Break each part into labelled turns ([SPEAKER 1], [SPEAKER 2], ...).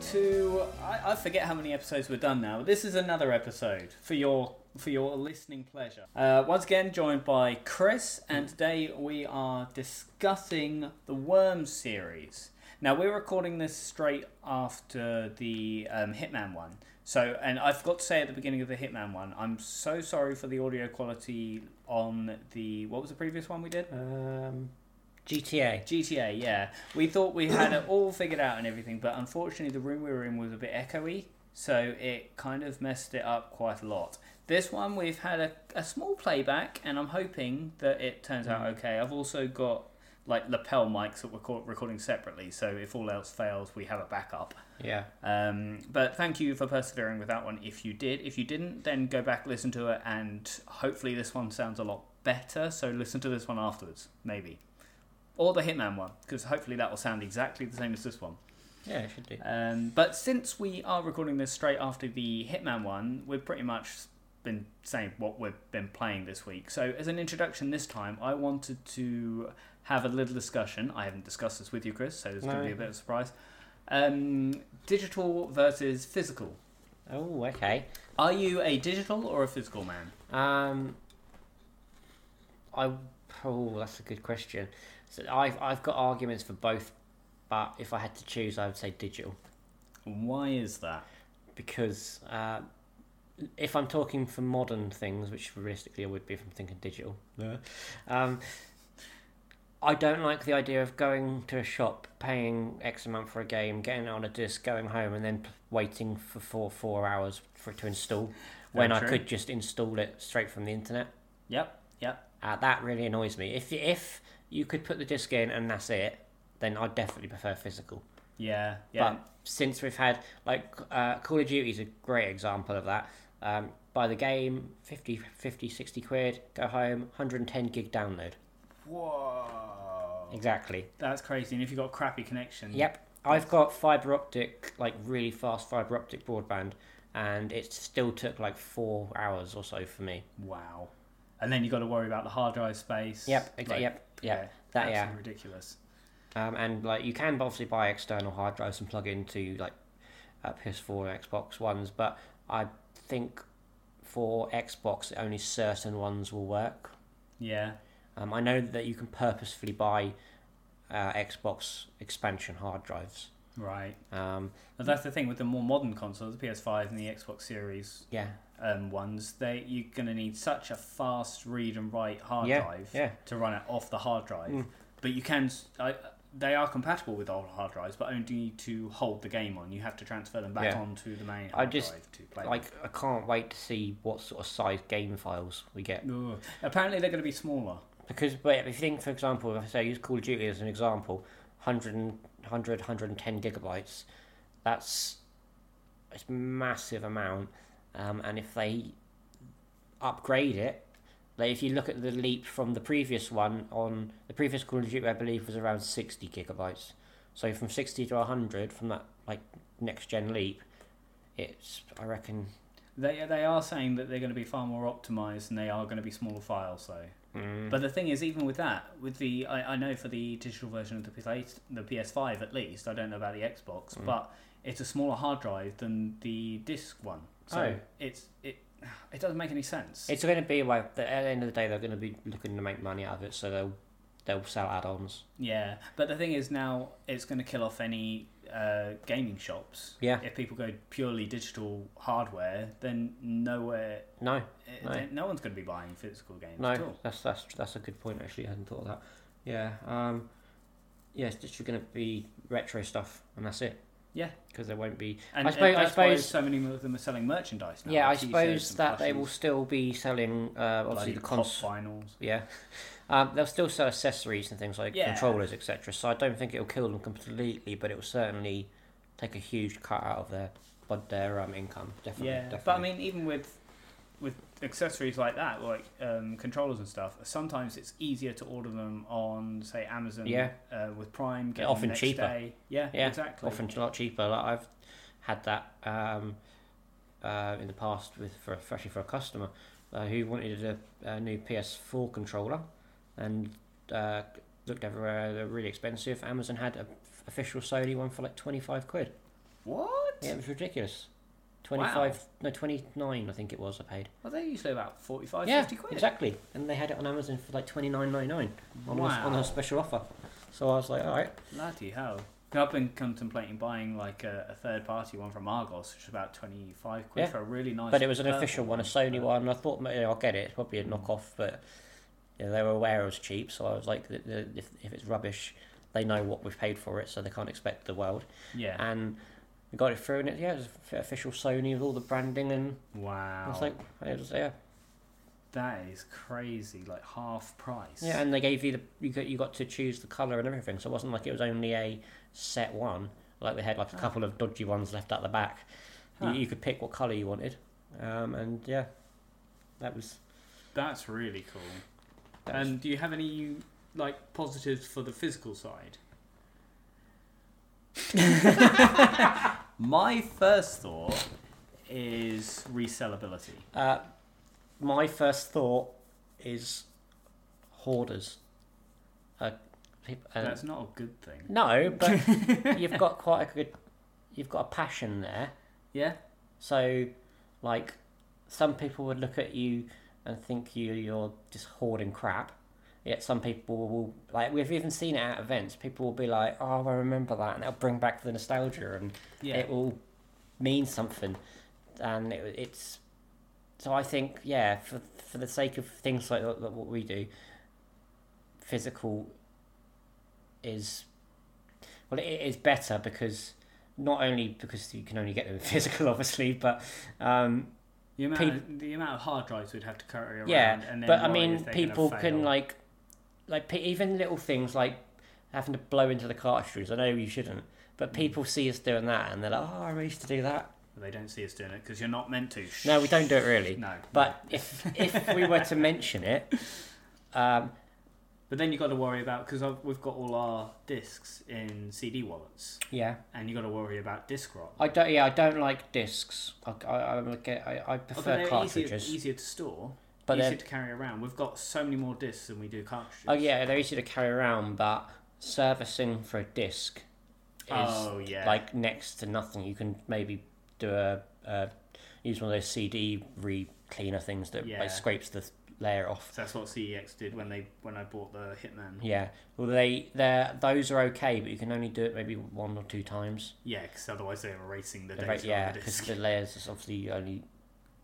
[SPEAKER 1] to I, I forget how many episodes were done now. But this is another episode for your for your listening pleasure. Uh, once again, joined by Chris, and today we are discussing the Worm series. Now we're recording this straight after the um, Hitman one. So, and I forgot to say at the beginning of the Hitman one, I'm so sorry for the audio quality on the what was the previous one we did.
[SPEAKER 2] Um, GTA.
[SPEAKER 1] GTA, yeah. We thought we had it all figured out and everything, but unfortunately, the room we were in was a bit echoey, so it kind of messed it up quite a lot. This one, we've had a, a small playback, and I'm hoping that it turns out okay. I've also got like lapel mics that we're co- recording separately, so if all else fails, we have a backup.
[SPEAKER 2] Yeah.
[SPEAKER 1] Um, but thank you for persevering with that one. If you did, if you didn't, then go back listen to it, and hopefully this one sounds a lot better. So listen to this one afterwards, maybe, or the Hitman one, because hopefully that will sound exactly the same as this one.
[SPEAKER 2] Yeah, it should do.
[SPEAKER 1] Um, but since we are recording this straight after the Hitman one, we've pretty much been saying what we've been playing this week. So, as an introduction this time, I wanted to have a little discussion. I haven't discussed this with you, Chris, so there's going
[SPEAKER 2] No.
[SPEAKER 1] to be a bit of a surprise. Um, digital versus physical.
[SPEAKER 2] Oh, okay.
[SPEAKER 1] Are you a digital or a physical man?
[SPEAKER 2] Um, I. Oh, that's a good question. So I've I've got arguments for both, but if I had to choose, I would say digital
[SPEAKER 1] Why is that?
[SPEAKER 2] because uh, if I'm talking for modern things, which realistically I would be if I'm thinking digital. Um, I don't like the idea of going to a shop, paying X amount for a game, getting it on a disc, going home, and then p- waiting for four four hours for it to install.
[SPEAKER 1] Very
[SPEAKER 2] when I
[SPEAKER 1] true.
[SPEAKER 2] could just install it straight from the internet.
[SPEAKER 1] Yep, yep.
[SPEAKER 2] Uh, that really annoys me. If if you could put the disc in and that's it, then I'd definitely prefer physical.
[SPEAKER 1] Yeah, yeah.
[SPEAKER 2] But since we've had like uh, Call of Duty is a great example of that. Um, buy the game 50, 50, 60 quid, go home, 110 gig download.
[SPEAKER 1] Whoa.
[SPEAKER 2] Exactly.
[SPEAKER 1] That's crazy. And if you've got crappy connection.
[SPEAKER 2] Yep. I've got fiber optic, like really fast fiber optic broadband, and it still took like four hours or so for me.
[SPEAKER 1] Wow. And then you've got to worry about the hard drive space.
[SPEAKER 2] Yep. Exa- yep. Yep. That-
[SPEAKER 1] that's
[SPEAKER 2] yeah.
[SPEAKER 1] ridiculous.
[SPEAKER 2] Um, and like you can obviously buy external hard drives and plug into like uh, PS4 and Xbox ones, but I think for Xbox only certain ones will work.
[SPEAKER 1] Yeah.
[SPEAKER 2] Um, I know that you can purposefully buy uh, Xbox expansion hard drives.
[SPEAKER 1] Right.
[SPEAKER 2] Um,
[SPEAKER 1] But that's the thing with the more modern consoles, the PS5 and the Xbox Series
[SPEAKER 2] yeah,
[SPEAKER 1] um, ones. They you're going to need such a fast read and write hard
[SPEAKER 2] yeah,
[SPEAKER 1] drive
[SPEAKER 2] yeah.
[SPEAKER 1] to run it off the hard drive.
[SPEAKER 2] Mm.
[SPEAKER 1] But you can. s I they are compatible with old hard drives, but only to hold the game on. You have to transfer them back
[SPEAKER 2] Yeah.
[SPEAKER 1] onto the main
[SPEAKER 2] I
[SPEAKER 1] hard
[SPEAKER 2] just-
[SPEAKER 1] drive to play.
[SPEAKER 2] Like I can't wait to see what sort of size game files we get
[SPEAKER 1] them. Ugh. Apparently, they're going to be smaller.
[SPEAKER 2] because. But if you think, for example, if I say use Call of Duty as an example, 100, 100 110 gigabytes, that's it's massive amount. Um, and if they upgrade it, like if you look at the leap from the previous one on the previous Call of Duty, I believe was around sixty gigabytes. So from sixty to hundred from that like next gen leap, it's I reckon.
[SPEAKER 1] They they are saying that they're going to be far more optimized and they are going to be smaller files though.
[SPEAKER 2] Mm,
[SPEAKER 1] But the thing is, even with that, with the I, I know for the digital version of the PS the PS5 at least, I don't know about the Xbox,
[SPEAKER 2] Mm.
[SPEAKER 1] but it's a smaller hard drive than the disc one, so
[SPEAKER 2] Oh.
[SPEAKER 1] it's it it doesn't make any sense.
[SPEAKER 2] It's going to be like at the end of the day they're going to be looking to make money out of it, so they'll they'll sell add-ons.
[SPEAKER 1] yeah, but the thing is now it's going to kill off any uh, gaming shops.
[SPEAKER 2] Yeah.
[SPEAKER 1] if people go purely digital hardware, then nowhere
[SPEAKER 2] No,
[SPEAKER 1] eh,
[SPEAKER 2] No.
[SPEAKER 1] then no one's going to be buying physical games at
[SPEAKER 2] no,
[SPEAKER 1] all.
[SPEAKER 2] that's that's that's a good point actually. I hadn't thought of that. Yeah, um, yeah, it's just going to be retro stuff, and that's it.
[SPEAKER 1] Yeah.
[SPEAKER 2] because there won't be.
[SPEAKER 1] And
[SPEAKER 2] I suppose- I
[SPEAKER 1] that's why
[SPEAKER 2] suppose-
[SPEAKER 1] so many of them are selling merchandise now.
[SPEAKER 2] yeah, I
[SPEAKER 1] like t-shirts
[SPEAKER 2] suppose
[SPEAKER 1] and
[SPEAKER 2] that they will
[SPEAKER 1] plushies.
[SPEAKER 2] still be selling. Uh, obviously,
[SPEAKER 1] Bloody
[SPEAKER 2] the
[SPEAKER 1] pop
[SPEAKER 2] console.
[SPEAKER 1] finals.
[SPEAKER 2] Yeah, um, they'll still sell accessories and things like
[SPEAKER 1] Yeah.
[SPEAKER 2] controllers, etc. So I don't think it'll kill them completely, but it will certainly take a huge cut out of their, but their um, income. Definitely.
[SPEAKER 1] yeah,
[SPEAKER 2] definitely.
[SPEAKER 1] but I mean, even with with accessories like that, like um, controllers and stuff, sometimes it's easier to order them on, say, Amazon.
[SPEAKER 2] Yeah.
[SPEAKER 1] Uh, with Prime, get
[SPEAKER 2] Often
[SPEAKER 1] them next
[SPEAKER 2] cheaper.
[SPEAKER 1] Day. Yeah,
[SPEAKER 2] Yeah,
[SPEAKER 1] Exactly.
[SPEAKER 2] often a lot cheaper. Like I've had that um, uh, in the past with for especially for a customer uh, who wanted a, a new PS4 controller and uh, looked everywhere. They're really expensive. Amazon had a official Sony one for like twenty five quid.
[SPEAKER 1] What?
[SPEAKER 2] Yeah, it was ridiculous. 25, no, 29, I think it was, I paid.
[SPEAKER 1] Well, they're usually about 45,
[SPEAKER 2] yeah,
[SPEAKER 1] 50 quid.
[SPEAKER 2] exactly. And they had it on Amazon for like twenty nine ninety nine on a, on
[SPEAKER 1] Wow.
[SPEAKER 2] a special offer. So I was like, all right,
[SPEAKER 1] Bloody hell. I've been contemplating buying like a, a third party one from Argos, which is about 25 quid
[SPEAKER 2] Yeah.
[SPEAKER 1] for a really nice.
[SPEAKER 2] but it was an
[SPEAKER 1] purple
[SPEAKER 2] official one, a Sony
[SPEAKER 1] but-
[SPEAKER 2] one. I thought maybe I'll get it. It's probably a knockoff, but yeah, they were aware it was cheap. So I was like, the, the, if if it's rubbish, they know what we've paid for it, so they can't expect the world.
[SPEAKER 1] Yeah.
[SPEAKER 2] And we got it through, and it yeah, it was f- official Sony with all the branding, and
[SPEAKER 1] Wow.
[SPEAKER 2] I was like, it was yeah,
[SPEAKER 1] that is crazy. Like half price.
[SPEAKER 2] yeah. And they gave you the you got you got to choose the color and everything. So it wasn't like it was only a set one. Like they had like a
[SPEAKER 1] Ah.
[SPEAKER 2] couple of dodgy ones left at the back.
[SPEAKER 1] Huh.
[SPEAKER 2] You, you could pick what colour you wanted, um, and yeah, that was.
[SPEAKER 1] That's really cool.
[SPEAKER 2] That was
[SPEAKER 1] and do you have any like positives for the physical side? My first thought is resellability.
[SPEAKER 2] uh, my first thought is hoarders. Uh, peop- uh,
[SPEAKER 1] That's not a good thing.
[SPEAKER 2] no, but you've got quite a good, you've got a passion there.
[SPEAKER 1] Yeah.
[SPEAKER 2] So, like, some people would look at you and think you you're just hoarding crap. Yet some people will like we've even seen it at events. People will be like, "Oh, I remember that," and they'll bring back the nostalgia, and
[SPEAKER 1] Yeah.
[SPEAKER 2] it will mean something. And it, it's so I think yeah, for for the sake of things like, that- that what we do, physical is well, it is better because not only because you can only get them physical, obviously, but um,
[SPEAKER 1] The amount,
[SPEAKER 2] Peop-
[SPEAKER 1] of, the amount of hard drives we'd have to carry around.
[SPEAKER 2] Yeah,
[SPEAKER 1] and then
[SPEAKER 2] but I
[SPEAKER 1] worry
[SPEAKER 2] mean,
[SPEAKER 1] if they're gonna
[SPEAKER 2] people can
[SPEAKER 1] fail.
[SPEAKER 2] like, like pe- even little things like having to blow into the cartridges. I know you shouldn't,
[SPEAKER 1] Mm.
[SPEAKER 2] but people see us doing that and they're like, "Oh, I used to do that."
[SPEAKER 1] They don't see us doing it because you're not meant to.
[SPEAKER 2] No, we don't do it really.
[SPEAKER 1] No.
[SPEAKER 2] But if if we were to mention it, um,
[SPEAKER 1] But then you got to worry about because we've got all our discs in CD wallets,
[SPEAKER 2] yeah,
[SPEAKER 1] and you got to worry about disc rot.
[SPEAKER 2] I don't. Yeah, I don't like discs. I I, I, would get, I, I
[SPEAKER 1] Although
[SPEAKER 2] prefer
[SPEAKER 1] they're
[SPEAKER 2] cartridges,
[SPEAKER 1] Easier, easier to store,
[SPEAKER 2] but
[SPEAKER 1] easier
[SPEAKER 2] they're,
[SPEAKER 1] to carry around. We've got so many more discs than we do cartridges.
[SPEAKER 2] oh yeah, they're easy to carry around. But servicing for a disc is
[SPEAKER 1] Oh yeah.
[SPEAKER 2] like next to nothing. You can maybe do a uh, use one of those CD re cleaner things that
[SPEAKER 1] Yeah.
[SPEAKER 2] like scrapes the layer off.
[SPEAKER 1] So that's what CEX did when they when I bought the Hitman.
[SPEAKER 2] Yeah, well they they those are okay, but you can only do it maybe one or two times.
[SPEAKER 1] Yeah, because otherwise they're erasing the
[SPEAKER 2] They're
[SPEAKER 1] data
[SPEAKER 2] very- yeah,
[SPEAKER 1] on the
[SPEAKER 2] because
[SPEAKER 1] disc.
[SPEAKER 2] the layers is obviously only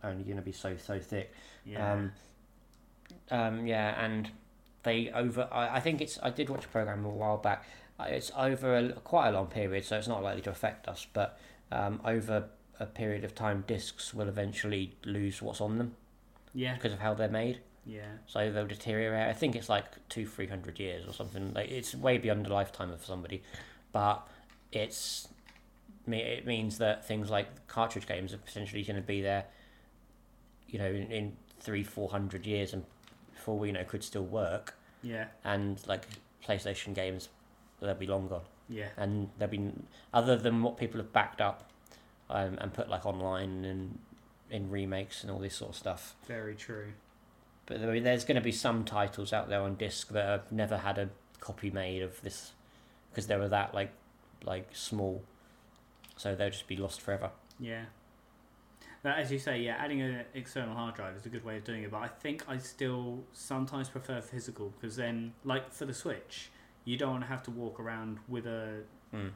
[SPEAKER 2] only gonna be so so thick.
[SPEAKER 1] Yeah.
[SPEAKER 2] Um, um, yeah, and they over. I, I think it's. I did watch a program a while back. Uh, It's over a, quite a long period, so it's not likely to affect us. But um, over a period of time, discs will eventually lose what's on them
[SPEAKER 1] yeah.
[SPEAKER 2] because of how they're made.
[SPEAKER 1] Yeah.
[SPEAKER 2] So they'll deteriorate. I think it's like two, three hundred years or something. Like it's way beyond the lifetime of somebody, but it's me. It means that things like cartridge games are potentially going to be there. You know, in, in three, four hundred years, and before we know, could still work.
[SPEAKER 1] Yeah.
[SPEAKER 2] And like PlayStation games, they'll be long gone,
[SPEAKER 1] Yeah.
[SPEAKER 2] and they'll be other than what people have backed up, um, and put like online and in remakes and all this sort of stuff.
[SPEAKER 1] Very true.
[SPEAKER 2] But there- there's going to be some titles out there on disc that have never had a copy made of this because they were that like like small, so they'll just be lost forever.
[SPEAKER 1] Yeah. Now, as you say, yeah, adding an external hard drive is a good way of doing it, but I think I still sometimes prefer physical because then, like for the Switch, you don't want to have to walk around with a
[SPEAKER 2] Mm.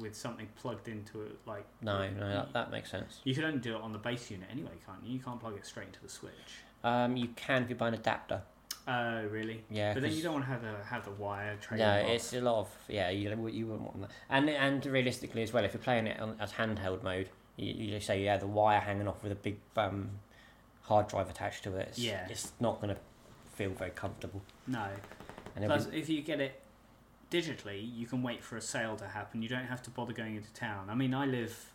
[SPEAKER 1] with something plugged into it. Like
[SPEAKER 2] No, no, that, that makes sense.
[SPEAKER 1] you can only do it on the base unit anyway, can't you? You can't plug it straight into the Switch.
[SPEAKER 2] Um, you can if you buy an adapter.
[SPEAKER 1] Oh, really?
[SPEAKER 2] Yeah,
[SPEAKER 1] But then
[SPEAKER 2] 'cause-
[SPEAKER 1] you don't want to have the have the wire trailing.
[SPEAKER 2] No,
[SPEAKER 1] off.
[SPEAKER 2] it's a lot of yeah. You you wouldn't want that, and and realistically as well, if you're playing it on, as handheld mode, you, you just say yeah, the wire hanging off with a big um, hard drive attached to it. It's,
[SPEAKER 1] Yeah.
[SPEAKER 2] it's not going to feel very comfortable.
[SPEAKER 1] no.
[SPEAKER 2] And it'll be-
[SPEAKER 1] Plus, if you get it digitally, you can wait for a sale to happen. You don't have to bother going into town. I mean, I live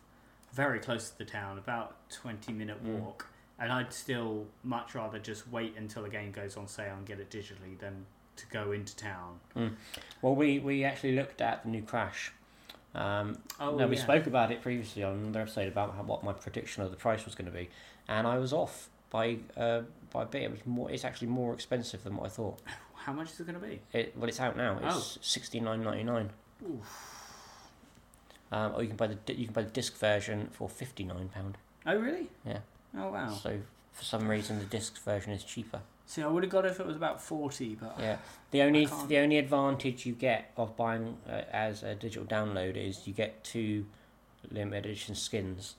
[SPEAKER 1] very close to the town, about twenty minute
[SPEAKER 2] Mm.
[SPEAKER 1] walk, and I'd still much rather just wait until a game goes on sale and get it digitally than to go into town.
[SPEAKER 2] Well, we, we actually looked at the new Crash. Um,
[SPEAKER 1] Oh,
[SPEAKER 2] no, we
[SPEAKER 1] yeah.
[SPEAKER 2] spoke about it previously on another episode about how, what my prediction of the price was going to be, and I was off by uh, by a bit. It was more. It's actually more expensive than what I thought.
[SPEAKER 1] How much is it going to be? Oh.
[SPEAKER 2] It, well, it's out now. It's sixty nine ninety nine. um, or you can buy the di- you can buy the disc version for fifty nine pound.
[SPEAKER 1] Oh, really?
[SPEAKER 2] Yeah.
[SPEAKER 1] Oh, wow.
[SPEAKER 2] So for some reason, the disc version is cheaper.
[SPEAKER 1] See, I would have got it if it was about 40, but.
[SPEAKER 2] Yeah. The only
[SPEAKER 1] can't-
[SPEAKER 2] the only advantage you get of buying uh, as a digital download is you get two limited edition skins.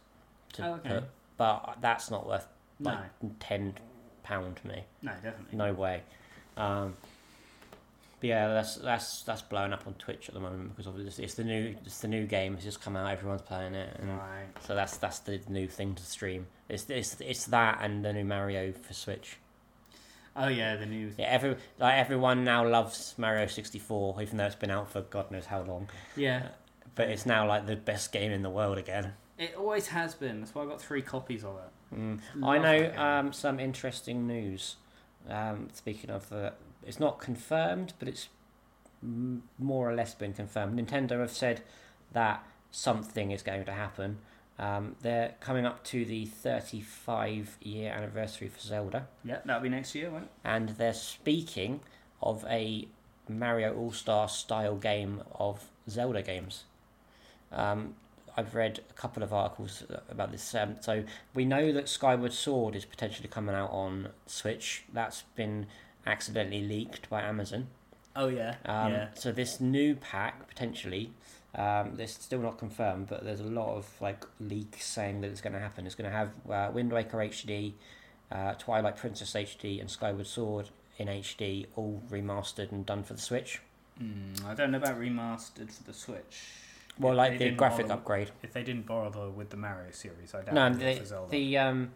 [SPEAKER 2] To
[SPEAKER 1] Oh, okay.
[SPEAKER 2] put, but that's not worth
[SPEAKER 1] No,
[SPEAKER 2] like ten pound to me.
[SPEAKER 1] no, definitely.
[SPEAKER 2] No way. Um, but yeah, that's that's that's blowing up on Twitch at the moment because obviously it's, it's the new it's the new game. It's just come out. Everyone's playing it, and
[SPEAKER 1] Right.
[SPEAKER 2] so that's that's the new thing to stream. It's it's it's that and the new Mario for Switch.
[SPEAKER 1] Oh, yeah, the new.
[SPEAKER 2] Yeah, every like everyone now loves Mario sixty four, even though it's been out for God knows how long.
[SPEAKER 1] Yeah.
[SPEAKER 2] But it's now like the best game in the world again.
[SPEAKER 1] It always has been. That's why I got three copies of it.
[SPEAKER 2] Mm. I
[SPEAKER 1] Love that
[SPEAKER 2] know
[SPEAKER 1] game.
[SPEAKER 2] um, some interesting news. Um, speaking of the, it's not confirmed, but it's m- more or less been confirmed. Nintendo have said that something is going to happen. Um, they're coming up to the 35 year anniversary for Zelda,
[SPEAKER 1] Yeah, that'll be next year, won't it?
[SPEAKER 2] and they're speaking of a Mario All Star style game of Zelda games. Um, I've read a couple of articles about this. Um, so we know that Skyward Sword is potentially coming out on Switch. That's been accidentally leaked by Amazon.
[SPEAKER 1] Oh, yeah.
[SPEAKER 2] Um,
[SPEAKER 1] yeah.
[SPEAKER 2] So this new pack potentially, um, there's still not confirmed, but there's a lot of like leaks saying that it's going to happen. It's going to have uh, Wind Waker HD, uh, Twilight Princess HD, and Skyward Sword in HD, all remastered and done for the Switch.
[SPEAKER 1] Mm, I don't know about remastered for the Switch.
[SPEAKER 2] Well,
[SPEAKER 1] If
[SPEAKER 2] like
[SPEAKER 1] they
[SPEAKER 2] the
[SPEAKER 1] didn't
[SPEAKER 2] graphic
[SPEAKER 1] bother-
[SPEAKER 2] upgrade.
[SPEAKER 1] If they didn't bother with the Mario series, I doubt
[SPEAKER 2] No,
[SPEAKER 1] they will
[SPEAKER 2] the,
[SPEAKER 1] for Zelda.
[SPEAKER 2] the um,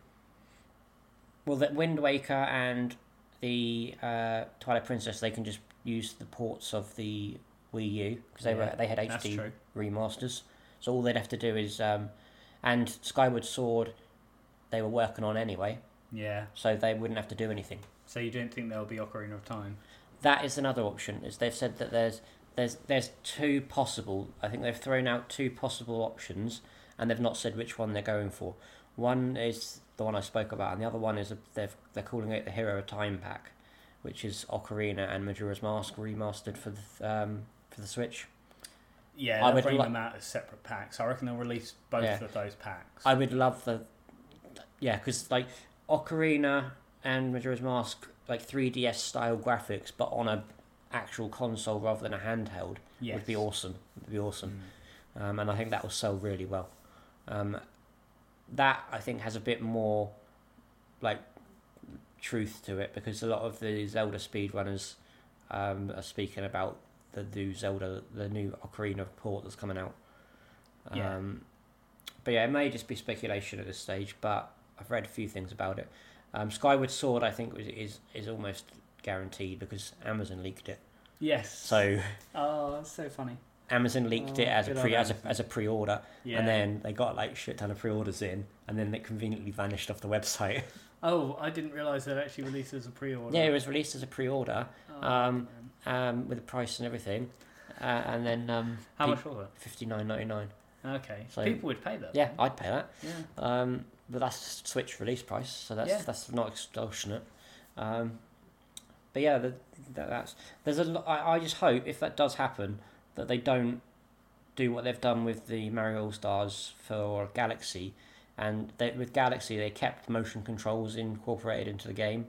[SPEAKER 2] well, the Wind Waker and the uh, Twilight Princess, they can just use the ports of the Wii U because they
[SPEAKER 1] Yeah,
[SPEAKER 2] were they had
[SPEAKER 1] That's
[SPEAKER 2] HD
[SPEAKER 1] true.
[SPEAKER 2] remasters. So all they'd have to do is um, and Skyward Sword, they were working on anyway,
[SPEAKER 1] Yeah.
[SPEAKER 2] so they wouldn't have to do anything.
[SPEAKER 1] So you don't think there'll be Ocarina of Time?
[SPEAKER 2] That is another option. Is they've said that there's there's there's two possible. I think they've thrown out two possible options, and they've not said which one they're going for. One is the one I spoke about, and the other one is a, they're they're calling it the Hero of Time pack, which is Ocarina and Majora's Mask remastered for the um, for the Switch.
[SPEAKER 1] Yeah,
[SPEAKER 2] I
[SPEAKER 1] they'll
[SPEAKER 2] would
[SPEAKER 1] bring
[SPEAKER 2] li-
[SPEAKER 1] them out as separate packs. I reckon they'll release both
[SPEAKER 2] Yeah.
[SPEAKER 1] of those packs.
[SPEAKER 2] I would love the yeah, because like Ocarina and Majora's Mask like 3DS style graphics, but on a actual console rather than a handheld
[SPEAKER 1] yes.
[SPEAKER 2] would be awesome. Would be awesome.
[SPEAKER 1] Mm.
[SPEAKER 2] um, and I think that will sell really well. Um, that I think has a bit more like truth to it because a lot of the Zelda speedrunners um, are speaking about the new Zelda, the new Ocarina port that's coming out. Um,
[SPEAKER 1] Yeah.
[SPEAKER 2] But yeah, it may just be speculation at this stage, but I've read a few things about it. Um, Skyward Sword, I think, is, is is almost guaranteed because Amazon leaked it.
[SPEAKER 1] Yes.
[SPEAKER 2] So
[SPEAKER 1] Oh, that's so funny.
[SPEAKER 2] Amazon leaked it
[SPEAKER 1] Oh,
[SPEAKER 2] as a
[SPEAKER 1] good on
[SPEAKER 2] pre as a,
[SPEAKER 1] Amazon.
[SPEAKER 2] as a pre order,
[SPEAKER 1] Yeah.
[SPEAKER 2] and then they got like shit ton of pre-orders in, and then it conveniently vanished off the website.
[SPEAKER 1] Oh, I didn't realise they'd actually released it as a pre-order.
[SPEAKER 2] yeah, it was released as a pre-order
[SPEAKER 1] Oh,
[SPEAKER 2] um,
[SPEAKER 1] man.
[SPEAKER 2] um, with a price and everything, uh, and then um,
[SPEAKER 1] How much was
[SPEAKER 2] Fifty nine ninety nine.
[SPEAKER 1] it? Okay.
[SPEAKER 2] So-
[SPEAKER 1] People would pay that.
[SPEAKER 2] Yeah, I'd pay that.
[SPEAKER 1] Yeah.
[SPEAKER 2] Um, but that's Switch release price, so that's
[SPEAKER 1] Yeah.
[SPEAKER 2] that's not extortionate. Um, but yeah, the, that, that's there's a. lo- I, I just hope if that does happen that they don't do what they've done with the Mario All Stars for Galaxy, and they, with Galaxy they kept motion controls incorporated into the game,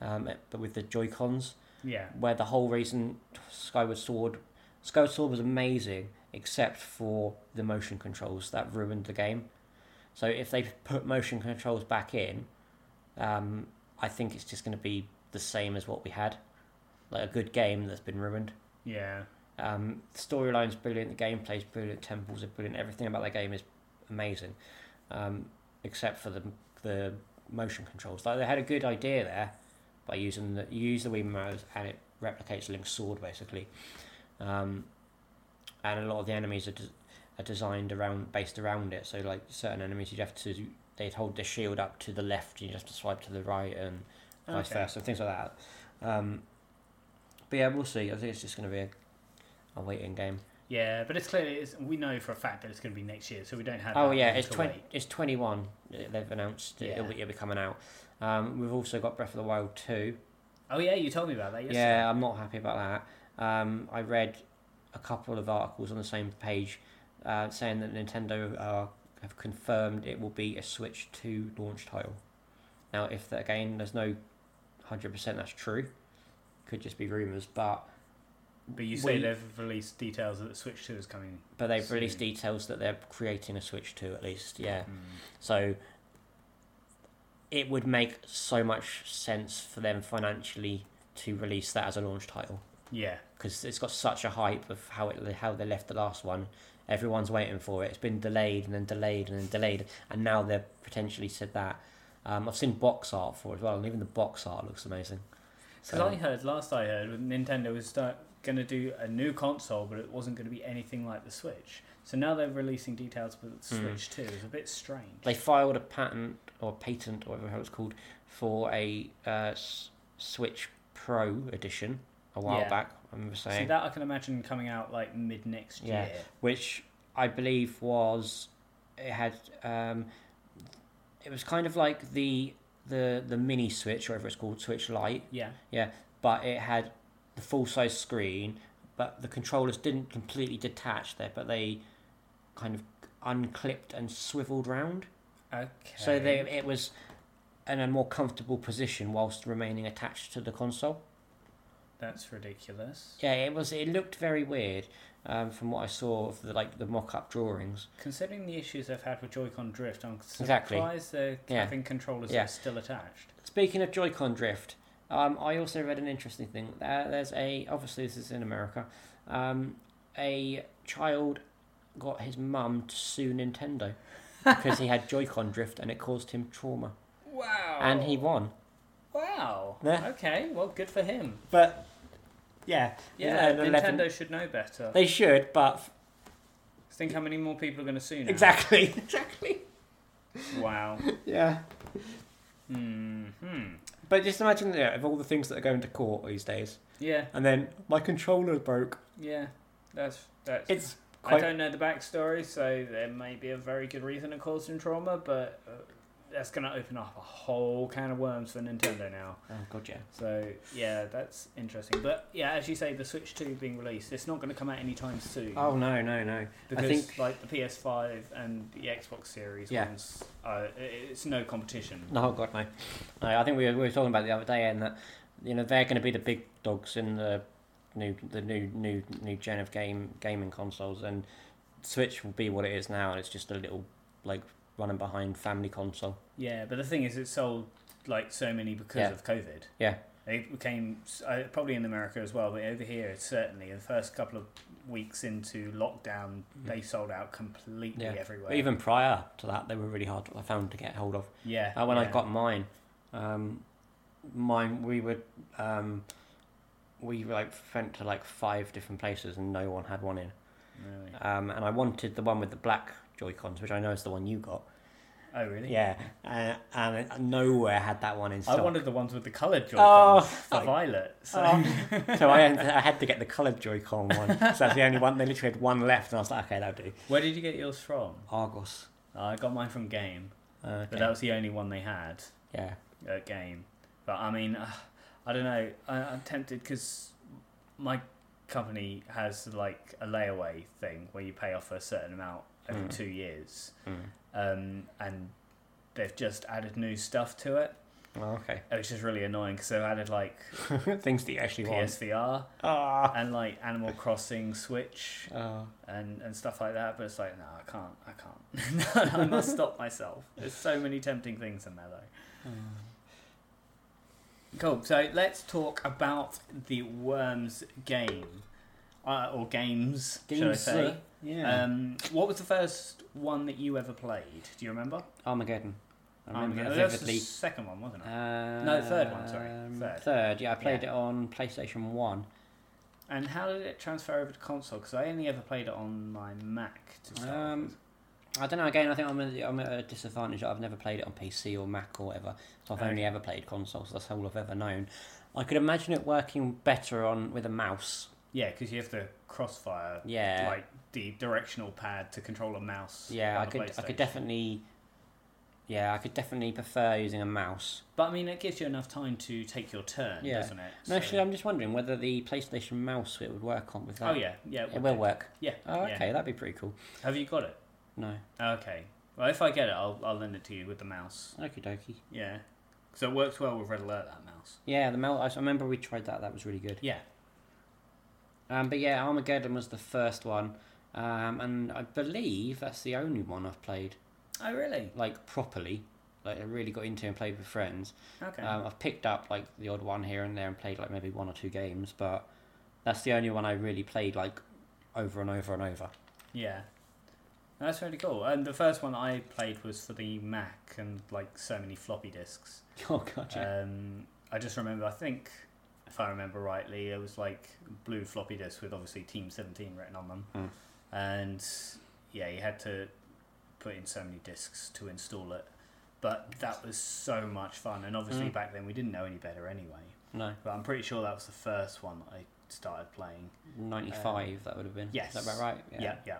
[SPEAKER 2] um, but with the Joy Cons
[SPEAKER 1] Yeah.
[SPEAKER 2] where the whole reason Skyward Sword Skyward Sword was amazing except for the motion controls that ruined the game. So if they put motion controls back in, um, I think it's just going to be the same as what we had, like a good game that's been ruined.
[SPEAKER 1] Yeah.
[SPEAKER 2] Um, the storyline's brilliant, the gameplay's brilliant, temples are brilliant, everything about that game is amazing, um, except for the the motion controls. Like they had a good idea there by using the you use the Wii mouse and it replicates Link's sword basically, um, and a lot of the enemies are, des- are designed around based around it. So like certain enemies you'd have to they'd hold their shield up to the left, and you'd have to swipe to the right, and vice
[SPEAKER 1] Okay.
[SPEAKER 2] versa, things like that. Um, but yeah, we'll see. I think it's just going to be a, a waiting game.
[SPEAKER 1] Yeah, but it's clearly it's, we know for a fact that it's going to be next year, so we don't have.
[SPEAKER 2] Oh
[SPEAKER 1] that
[SPEAKER 2] yeah,
[SPEAKER 1] long
[SPEAKER 2] it's
[SPEAKER 1] to
[SPEAKER 2] twenty.
[SPEAKER 1] wait.
[SPEAKER 2] It's twenty one. They've announced it- it'll, be,
[SPEAKER 1] Yeah.
[SPEAKER 2] it'll be coming out. Um, we've also got Breath of the Wild two.
[SPEAKER 1] Oh yeah, you told me about that. Yesterday.
[SPEAKER 2] Yeah, I'm not happy about that. Um, I read a couple of articles on the same page uh, saying that Nintendo uh, have confirmed it will be a Switch 2 launch title. Now, if that, again, there's no 100% that's true, could just be rumours, but
[SPEAKER 1] But you say
[SPEAKER 2] We-
[SPEAKER 1] they've released details that Switch 2 is coming.
[SPEAKER 2] but they've
[SPEAKER 1] Soon.
[SPEAKER 2] released details that they're creating a Switch 2 at least, yeah.
[SPEAKER 1] Hmm.
[SPEAKER 2] So it would make so much sense for them financially to release that as a launch title
[SPEAKER 1] Yeah.
[SPEAKER 2] because it's got such a hype of how it how they left the last one. Everyone's waiting for it. It's been delayed and then delayed and then delayed, and now they've potentially said that. Um, I've seen box art for it as well, and even the box art looks amazing.
[SPEAKER 1] Because I heard, last I heard, Nintendo was start, going to do a new console, but it wasn't going to be anything like the Switch. So now they're releasing details for the
[SPEAKER 2] Hmm.
[SPEAKER 1] Switch 2. It's a bit strange.
[SPEAKER 2] They filed a patent or patent or whatever it's called for a uh, S- Switch Pro edition a while
[SPEAKER 1] Yeah.
[SPEAKER 2] back. I remember
[SPEAKER 1] See,
[SPEAKER 2] saying
[SPEAKER 1] that I can imagine coming out like mid next
[SPEAKER 2] Yeah.
[SPEAKER 1] year.
[SPEAKER 2] which I believe was it had um, it was kind of like the the the mini Switch, or whatever it's called, Switch Lite,
[SPEAKER 1] Yeah.
[SPEAKER 2] but it had the full size screen, but the controllers didn't completely detach there, but they kind of unclipped and swiveled round,
[SPEAKER 1] Okay.
[SPEAKER 2] so they it was in a more comfortable position whilst remaining attached to the console.
[SPEAKER 1] That's ridiculous.
[SPEAKER 2] Yeah, it was. It looked very weird um, from what I saw of the like the mock up drawings.
[SPEAKER 1] Considering the issues they've had with Joy-Con drift, I'm surprised
[SPEAKER 2] Exactly.
[SPEAKER 1] they're
[SPEAKER 2] Yeah.
[SPEAKER 1] having controllers that
[SPEAKER 2] Yeah.
[SPEAKER 1] are still attached.
[SPEAKER 2] Speaking of Joy-Con drift, um, I also read an interesting thing. Uh, there's a obviously this is in America. Um, a child got his mum to sue Nintendo because he had Joy-Con drift and it caused him trauma,
[SPEAKER 1] Wow.
[SPEAKER 2] and he won.
[SPEAKER 1] Wow.
[SPEAKER 2] Yeah.
[SPEAKER 1] Okay. Well, good for him.
[SPEAKER 2] But yeah,
[SPEAKER 1] Yeah.
[SPEAKER 2] an
[SPEAKER 1] Nintendo
[SPEAKER 2] 11
[SPEAKER 1] should know better.
[SPEAKER 2] they should. But
[SPEAKER 1] Think how many more people are going to sue now.
[SPEAKER 2] exactly, exactly.
[SPEAKER 1] Wow.
[SPEAKER 2] Yeah.
[SPEAKER 1] Hmm.
[SPEAKER 2] But just imagine yeah, of all the things that are going to court these days,
[SPEAKER 1] Yeah.
[SPEAKER 2] and then my controller broke.
[SPEAKER 1] Yeah. That's that's.
[SPEAKER 2] It's
[SPEAKER 1] I
[SPEAKER 2] quite
[SPEAKER 1] don't know the backstory, so there may be a very good reason it caused him trauma, but uh, that's going to open up a whole can of worms for Nintendo now.
[SPEAKER 2] oh god yeah.
[SPEAKER 1] So yeah, that's interesting. But yeah, as you say, the Switch Two being released, it's not going to come out anytime soon.
[SPEAKER 2] Oh no no no.
[SPEAKER 1] because
[SPEAKER 2] think-
[SPEAKER 1] like the PS Five and the Xbox Series
[SPEAKER 2] Yeah.
[SPEAKER 1] ones, uh, i- it's no competition.
[SPEAKER 2] No, oh God, no. no I think we were, we were talking about it the other day, and that you know they're going to be the big dogs in the new the new new new gen of game gaming consoles, and Switch will be what it is now, and it's just a little like running behind family console.
[SPEAKER 1] Yeah, but the thing is, it sold like so many because
[SPEAKER 2] Yeah.
[SPEAKER 1] of COVID.
[SPEAKER 2] Yeah.
[SPEAKER 1] it became s- uh, probably in America as well, but over here, it's certainly the first couple of weeks into lockdown,
[SPEAKER 2] Mm.
[SPEAKER 1] they sold out completely
[SPEAKER 2] Yeah.
[SPEAKER 1] everywhere.
[SPEAKER 2] But even prior to that, they were really hard. I found to get hold of.
[SPEAKER 1] yeah,
[SPEAKER 2] Uh, when I
[SPEAKER 1] yeah.
[SPEAKER 2] got mine, um, mine we were um, we like went to like five different places, and no one had one in.
[SPEAKER 1] Really?
[SPEAKER 2] Um, and I wanted the one with the black Joy Cons, which I know is the one you got.
[SPEAKER 1] oh really?
[SPEAKER 2] Yeah, uh, and it- nowhere had that one in stock.
[SPEAKER 1] I wanted the ones with the coloured joy
[SPEAKER 2] Oh,
[SPEAKER 1] for
[SPEAKER 2] like-
[SPEAKER 1] Violet. So.
[SPEAKER 2] so I had, I had to get the coloured Joy-Con one. So that's the only one. They literally had one left, and I was like, okay, that'll do.
[SPEAKER 1] Where did you get yours from?
[SPEAKER 2] Argos.
[SPEAKER 1] I got mine from Game,
[SPEAKER 2] Uh,
[SPEAKER 1] but that was the only one they had
[SPEAKER 2] yeah.
[SPEAKER 1] at Game. But I mean, uh, I don't know. I, I'm tempted because my company has like a layaway thing where you pay off a certain amount over
[SPEAKER 2] Mm.
[SPEAKER 1] two years,
[SPEAKER 2] Mm.
[SPEAKER 1] um, and they've just added new stuff to it,
[SPEAKER 2] Oh, okay.
[SPEAKER 1] which is really annoying because they've added like
[SPEAKER 2] Things that you actually want.
[SPEAKER 1] PSVR
[SPEAKER 2] Ah.
[SPEAKER 1] and like Animal Crossing Switch
[SPEAKER 2] Oh.
[SPEAKER 1] and, and stuff like that. But it's like, no, I can't. I can't. I must stop myself. There's so many tempting things in there, though. Hmm. Cool. So let's talk about the Worms game. Uh, or games, shall I
[SPEAKER 2] Games,
[SPEAKER 1] say.
[SPEAKER 2] uh, yeah.
[SPEAKER 1] Um, what was the first one that you ever played? Do you remember?
[SPEAKER 2] Armageddon. I remember
[SPEAKER 1] Um,
[SPEAKER 2] that
[SPEAKER 1] that was
[SPEAKER 2] vividly.
[SPEAKER 1] the second one, wasn't it?
[SPEAKER 2] Uh,
[SPEAKER 1] no, third one, sorry. Third.
[SPEAKER 2] Yeah, I played
[SPEAKER 1] Yeah.
[SPEAKER 2] it on PlayStation One.
[SPEAKER 1] And how did it transfer over to console? Because I only ever played it on my Mac to start
[SPEAKER 2] Um,
[SPEAKER 1] with.
[SPEAKER 2] I don't know. Again, I think I'm at, I'm at a disadvantage. I've never played it on PC or Mac or whatever, so I've
[SPEAKER 1] Okay.
[SPEAKER 2] only ever played consoles. that's all I've ever known. I could imagine it working better on with a mouse.
[SPEAKER 1] Yeah, because you have the crossfire
[SPEAKER 2] Yeah,
[SPEAKER 1] like the directional pad to control a mouse.
[SPEAKER 2] yeah.
[SPEAKER 1] on
[SPEAKER 2] I
[SPEAKER 1] the
[SPEAKER 2] could, I could
[SPEAKER 1] PlayStation.
[SPEAKER 2] definitely. Yeah, I could definitely prefer using a mouse.
[SPEAKER 1] But I mean, it gives you enough time to take your turn,
[SPEAKER 2] Yeah.
[SPEAKER 1] doesn't it?
[SPEAKER 2] No,
[SPEAKER 1] So-
[SPEAKER 2] actually, I'm just wondering whether the PlayStation mouse it would work on with
[SPEAKER 1] oh
[SPEAKER 2] that.
[SPEAKER 1] yeah, yeah,
[SPEAKER 2] It
[SPEAKER 1] would
[SPEAKER 2] will
[SPEAKER 1] do.
[SPEAKER 2] work.
[SPEAKER 1] Yeah.
[SPEAKER 2] Oh,
[SPEAKER 1] yeah.
[SPEAKER 2] okay, that'd be pretty cool.
[SPEAKER 1] Have you got it?
[SPEAKER 2] No.
[SPEAKER 1] Okay. Well, if I get it, I'll I'll lend it to you with the mouse.
[SPEAKER 2] Okie dokie.
[SPEAKER 1] Yeah. So it works well with Red Alert that mouse.
[SPEAKER 2] Yeah, the mouse. I s- I remember we tried that. That was really good.
[SPEAKER 1] Yeah.
[SPEAKER 2] Um, but yeah, Armageddon was the first one, um, and I believe that's the only one I've played
[SPEAKER 1] Oh really?
[SPEAKER 2] like properly. Like I really got into and played with friends.
[SPEAKER 1] Okay.
[SPEAKER 2] Um, I've picked up like the odd one here and there and played like maybe one or two games, but that's the only one I really played like over and over and over.
[SPEAKER 1] yeah. That's really cool. And the first one I played was for the Mac and like so many floppy disks.
[SPEAKER 2] Oh god, yeah.
[SPEAKER 1] Um, I just remember. I think if I remember rightly, it was like blue floppy disks with obviously Team Seventeen written on them,
[SPEAKER 2] Hmm.
[SPEAKER 1] and yeah, you had to put in so many disks to install it. But that was so much fun, and obviously
[SPEAKER 2] Hmm.
[SPEAKER 1] back then we didn't know any better anyway.
[SPEAKER 2] no,
[SPEAKER 1] But I'm pretty sure that was the first one that I started playing.
[SPEAKER 2] ninety five. that would have been.
[SPEAKER 1] um, yes.
[SPEAKER 2] Is that about right?
[SPEAKER 1] Yeah, yeah.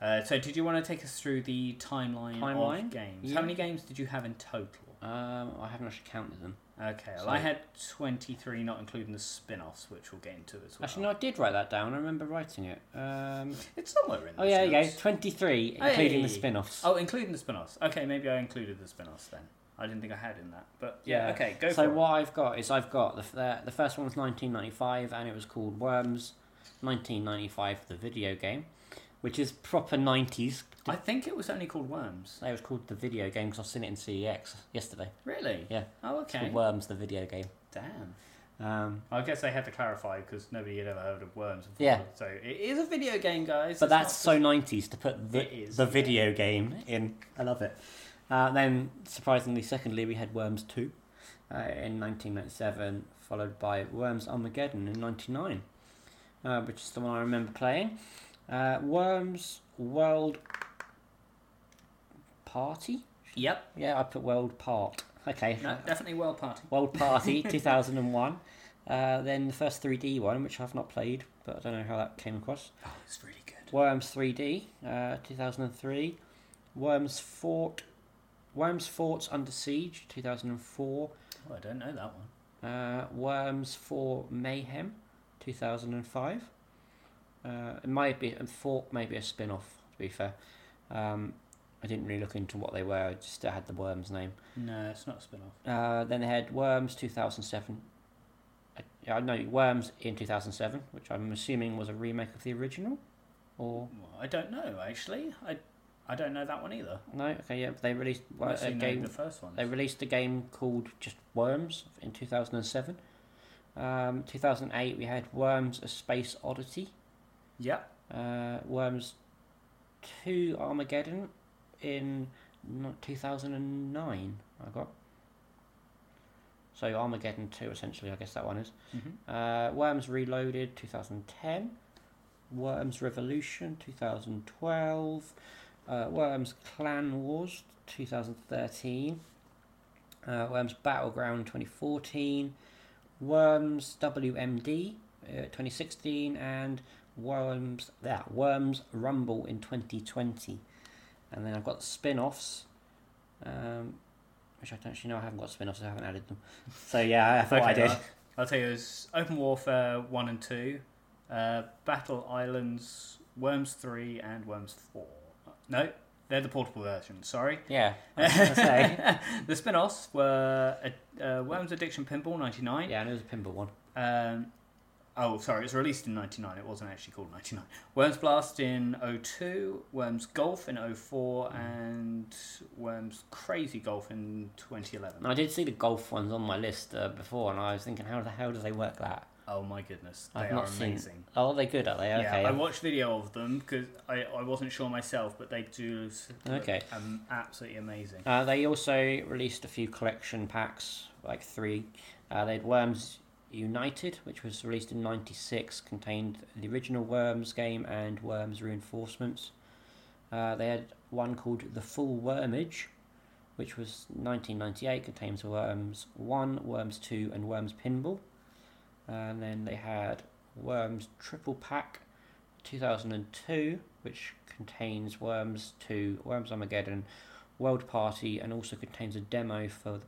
[SPEAKER 1] Uh, so, did you want to take us through the timeline,
[SPEAKER 2] Timeline?
[SPEAKER 1] of games?
[SPEAKER 2] Yeah.
[SPEAKER 1] How many games did you have in total?
[SPEAKER 2] Um, I haven't actually counted them.
[SPEAKER 1] Okay, well,
[SPEAKER 2] So-
[SPEAKER 1] I had 23, not including the spin offs, which we'll get into as well.
[SPEAKER 2] Actually, no, I did write that down. I remember writing it. Um,
[SPEAKER 1] It's somewhere in
[SPEAKER 2] oh yeah,
[SPEAKER 1] those
[SPEAKER 2] yeah,
[SPEAKER 1] notes.
[SPEAKER 2] twenty three, including the
[SPEAKER 1] Hey.
[SPEAKER 2] spin-offs.
[SPEAKER 1] Oh, including the spin offs. Okay, maybe I included the spin offs then. I didn't think I had in that. But yeah,
[SPEAKER 2] Yeah.
[SPEAKER 1] okay, go
[SPEAKER 2] so
[SPEAKER 1] for
[SPEAKER 2] what I've got is I've got the f- the, the first one was 1995 and it was called Worms 1995 the video game which is proper 90s
[SPEAKER 1] it. I think it was only called Worms.
[SPEAKER 2] it was called the video game because I've seen it in CEX yesterday
[SPEAKER 1] Really?
[SPEAKER 2] Yeah.
[SPEAKER 1] Oh,
[SPEAKER 2] it's called
[SPEAKER 1] okay.
[SPEAKER 2] Worms the video game
[SPEAKER 1] Damn.
[SPEAKER 2] um,
[SPEAKER 1] I guess they had to clarify because nobody had ever heard of Worms before.
[SPEAKER 2] Yeah.
[SPEAKER 1] So it is a video game, guys.
[SPEAKER 2] but
[SPEAKER 1] It's not
[SPEAKER 2] that's
[SPEAKER 1] just-
[SPEAKER 2] so 90s to put the,
[SPEAKER 1] It is,
[SPEAKER 2] the
[SPEAKER 1] yeah.
[SPEAKER 2] video game in I love it uh, then surprisingly secondly we had Worms 2 uh, in 1997 followed by Worms Armageddon in 99 uh, which is the one I remember playing. Uh, Worms World Party?
[SPEAKER 1] Yep.
[SPEAKER 2] Yeah, I put World Part. Okay.
[SPEAKER 1] No, definitely World Party.
[SPEAKER 2] World Party 2001. Uh, then the first 3D one, which I've not played, but I don't know how that came across.
[SPEAKER 1] Oh, it's really good.
[SPEAKER 2] Worms 3D, uh, 2003. Worms Fort. Worms Forts Under Siege, 2004.
[SPEAKER 1] Oh, I don't know that one.
[SPEAKER 2] Uh, Worms for Mayhem, 2005. Uh, it might be, and Fort may be a spin off, to be fair. Um, I didn't really look into what they were, I just had the Worms name.
[SPEAKER 1] No, it's not a spin off.
[SPEAKER 2] Uh, then they had Worms 2007. I- I know Uh, Worms in 2007, which I'm assuming was a remake of the original, or
[SPEAKER 1] Well, I don't know, actually. I, I don't know that one either.
[SPEAKER 2] no? Okay, yeah, they released
[SPEAKER 1] I
[SPEAKER 2] uh, a
[SPEAKER 1] actually know
[SPEAKER 2] game
[SPEAKER 1] the first one.
[SPEAKER 2] They released a game called just Worms in 2007. Um, 2008, we had Worms A Space Oddity,
[SPEAKER 1] Yep.
[SPEAKER 2] uh, Worms 2 Armageddon in no- 2009. I got. So Armageddon 2, essentially, I guess that one is.
[SPEAKER 1] hmm
[SPEAKER 2] Uh, Worms Reloaded 2010, Worms Revolution 2012, uh, Worms Clan Wars 2013, uh, Worms Battleground 2014, Worms WMD uh, 2016, and Worms that Worms Rumble in 2020. And then I've got spin offs. Um, which I don't actually know. I haven't got spin offs. I haven't added them. So yeah, I thought I
[SPEAKER 1] Okay,
[SPEAKER 2] did.
[SPEAKER 1] I'll- I'll tell you, it's Open Warfare 1 and 2, uh, Battle Islands, Worms 3, and Worms 4. No, they're the portable version, sorry.
[SPEAKER 2] Yeah, I was gonna say.
[SPEAKER 1] the spin offs were uh, uh, Worms Addiction Pinball 99,
[SPEAKER 2] Yeah, and it was a pinball one.
[SPEAKER 1] Um, oh, sorry, it was released in 99. It wasn't actually called 99. Worms Blast in 02, Worms Golf in 04,
[SPEAKER 2] Mm-hmm.
[SPEAKER 1] and Worms Crazy Golf in 2011.
[SPEAKER 2] And I did see the golf ones on my list uh, before, and I was thinking, how the hell do they work that?
[SPEAKER 1] Oh my goodness, they
[SPEAKER 2] I've
[SPEAKER 1] are
[SPEAKER 2] not seen-
[SPEAKER 1] amazing.
[SPEAKER 2] Oh, are they good? Are they okay?
[SPEAKER 1] Yeah, I watched video of them because I, I wasn't sure myself, but they do s- look
[SPEAKER 2] Okay.
[SPEAKER 1] um, absolutely amazing.
[SPEAKER 2] uh, they also released a few collection packs, like three. Uh, they had Worms United, which was released in '96, contained the original Worms game and Worms reinforcements. Uh, they had one called The Full Wormage, which was 1998, contains Worms 1, Worms 2, and Worms Pinball. And then they had Worms Triple Pack 2002, which contains Worms 2, Worms Armageddon, World Party, and also contains a demo for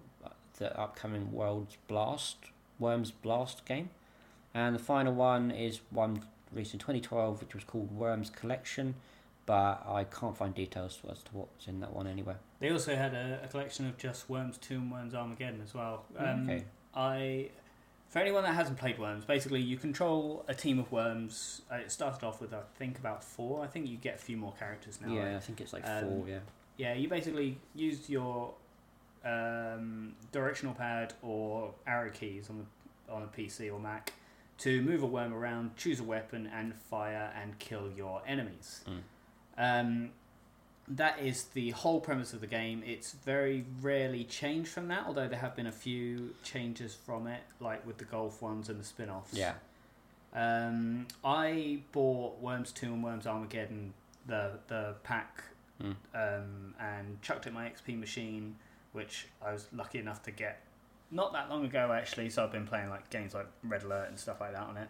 [SPEAKER 2] the upcoming World's Blast, Worms Blast game. And the final one is one released in 2012, which was called Worms Collection, but I can't find details as to what's in that one anywhere.
[SPEAKER 1] They also had a, a collection of just Worms 2 and Worms Armageddon as well. Um,
[SPEAKER 2] Mm, okay.
[SPEAKER 1] I, for anyone that hasn't played Worms, basically you control a team of worms. Uh, It started off with I think about four. I think you get a few more characters now.
[SPEAKER 2] yeah,
[SPEAKER 1] right?
[SPEAKER 2] I think it's like
[SPEAKER 1] um,
[SPEAKER 2] four. Yeah.
[SPEAKER 1] Yeah, you basically used your um, directional pad or arrow keys on the, on a PC or Mac to move a worm around, choose a weapon, and fire and kill your enemies.
[SPEAKER 2] Mm.
[SPEAKER 1] Um, that is the whole premise of the game. It's very rarely changed from that, although there have been a few changes from it, like with the golf ones and the spin offs.
[SPEAKER 2] Yeah.
[SPEAKER 1] Um, I bought Worms Two and Worms Armageddon the the pack,
[SPEAKER 2] Mm.
[SPEAKER 1] um, and chucked it in my XP machine, which I was lucky enough to get not that long ago actually. So I've been playing like games like Red Alert and stuff like that on it.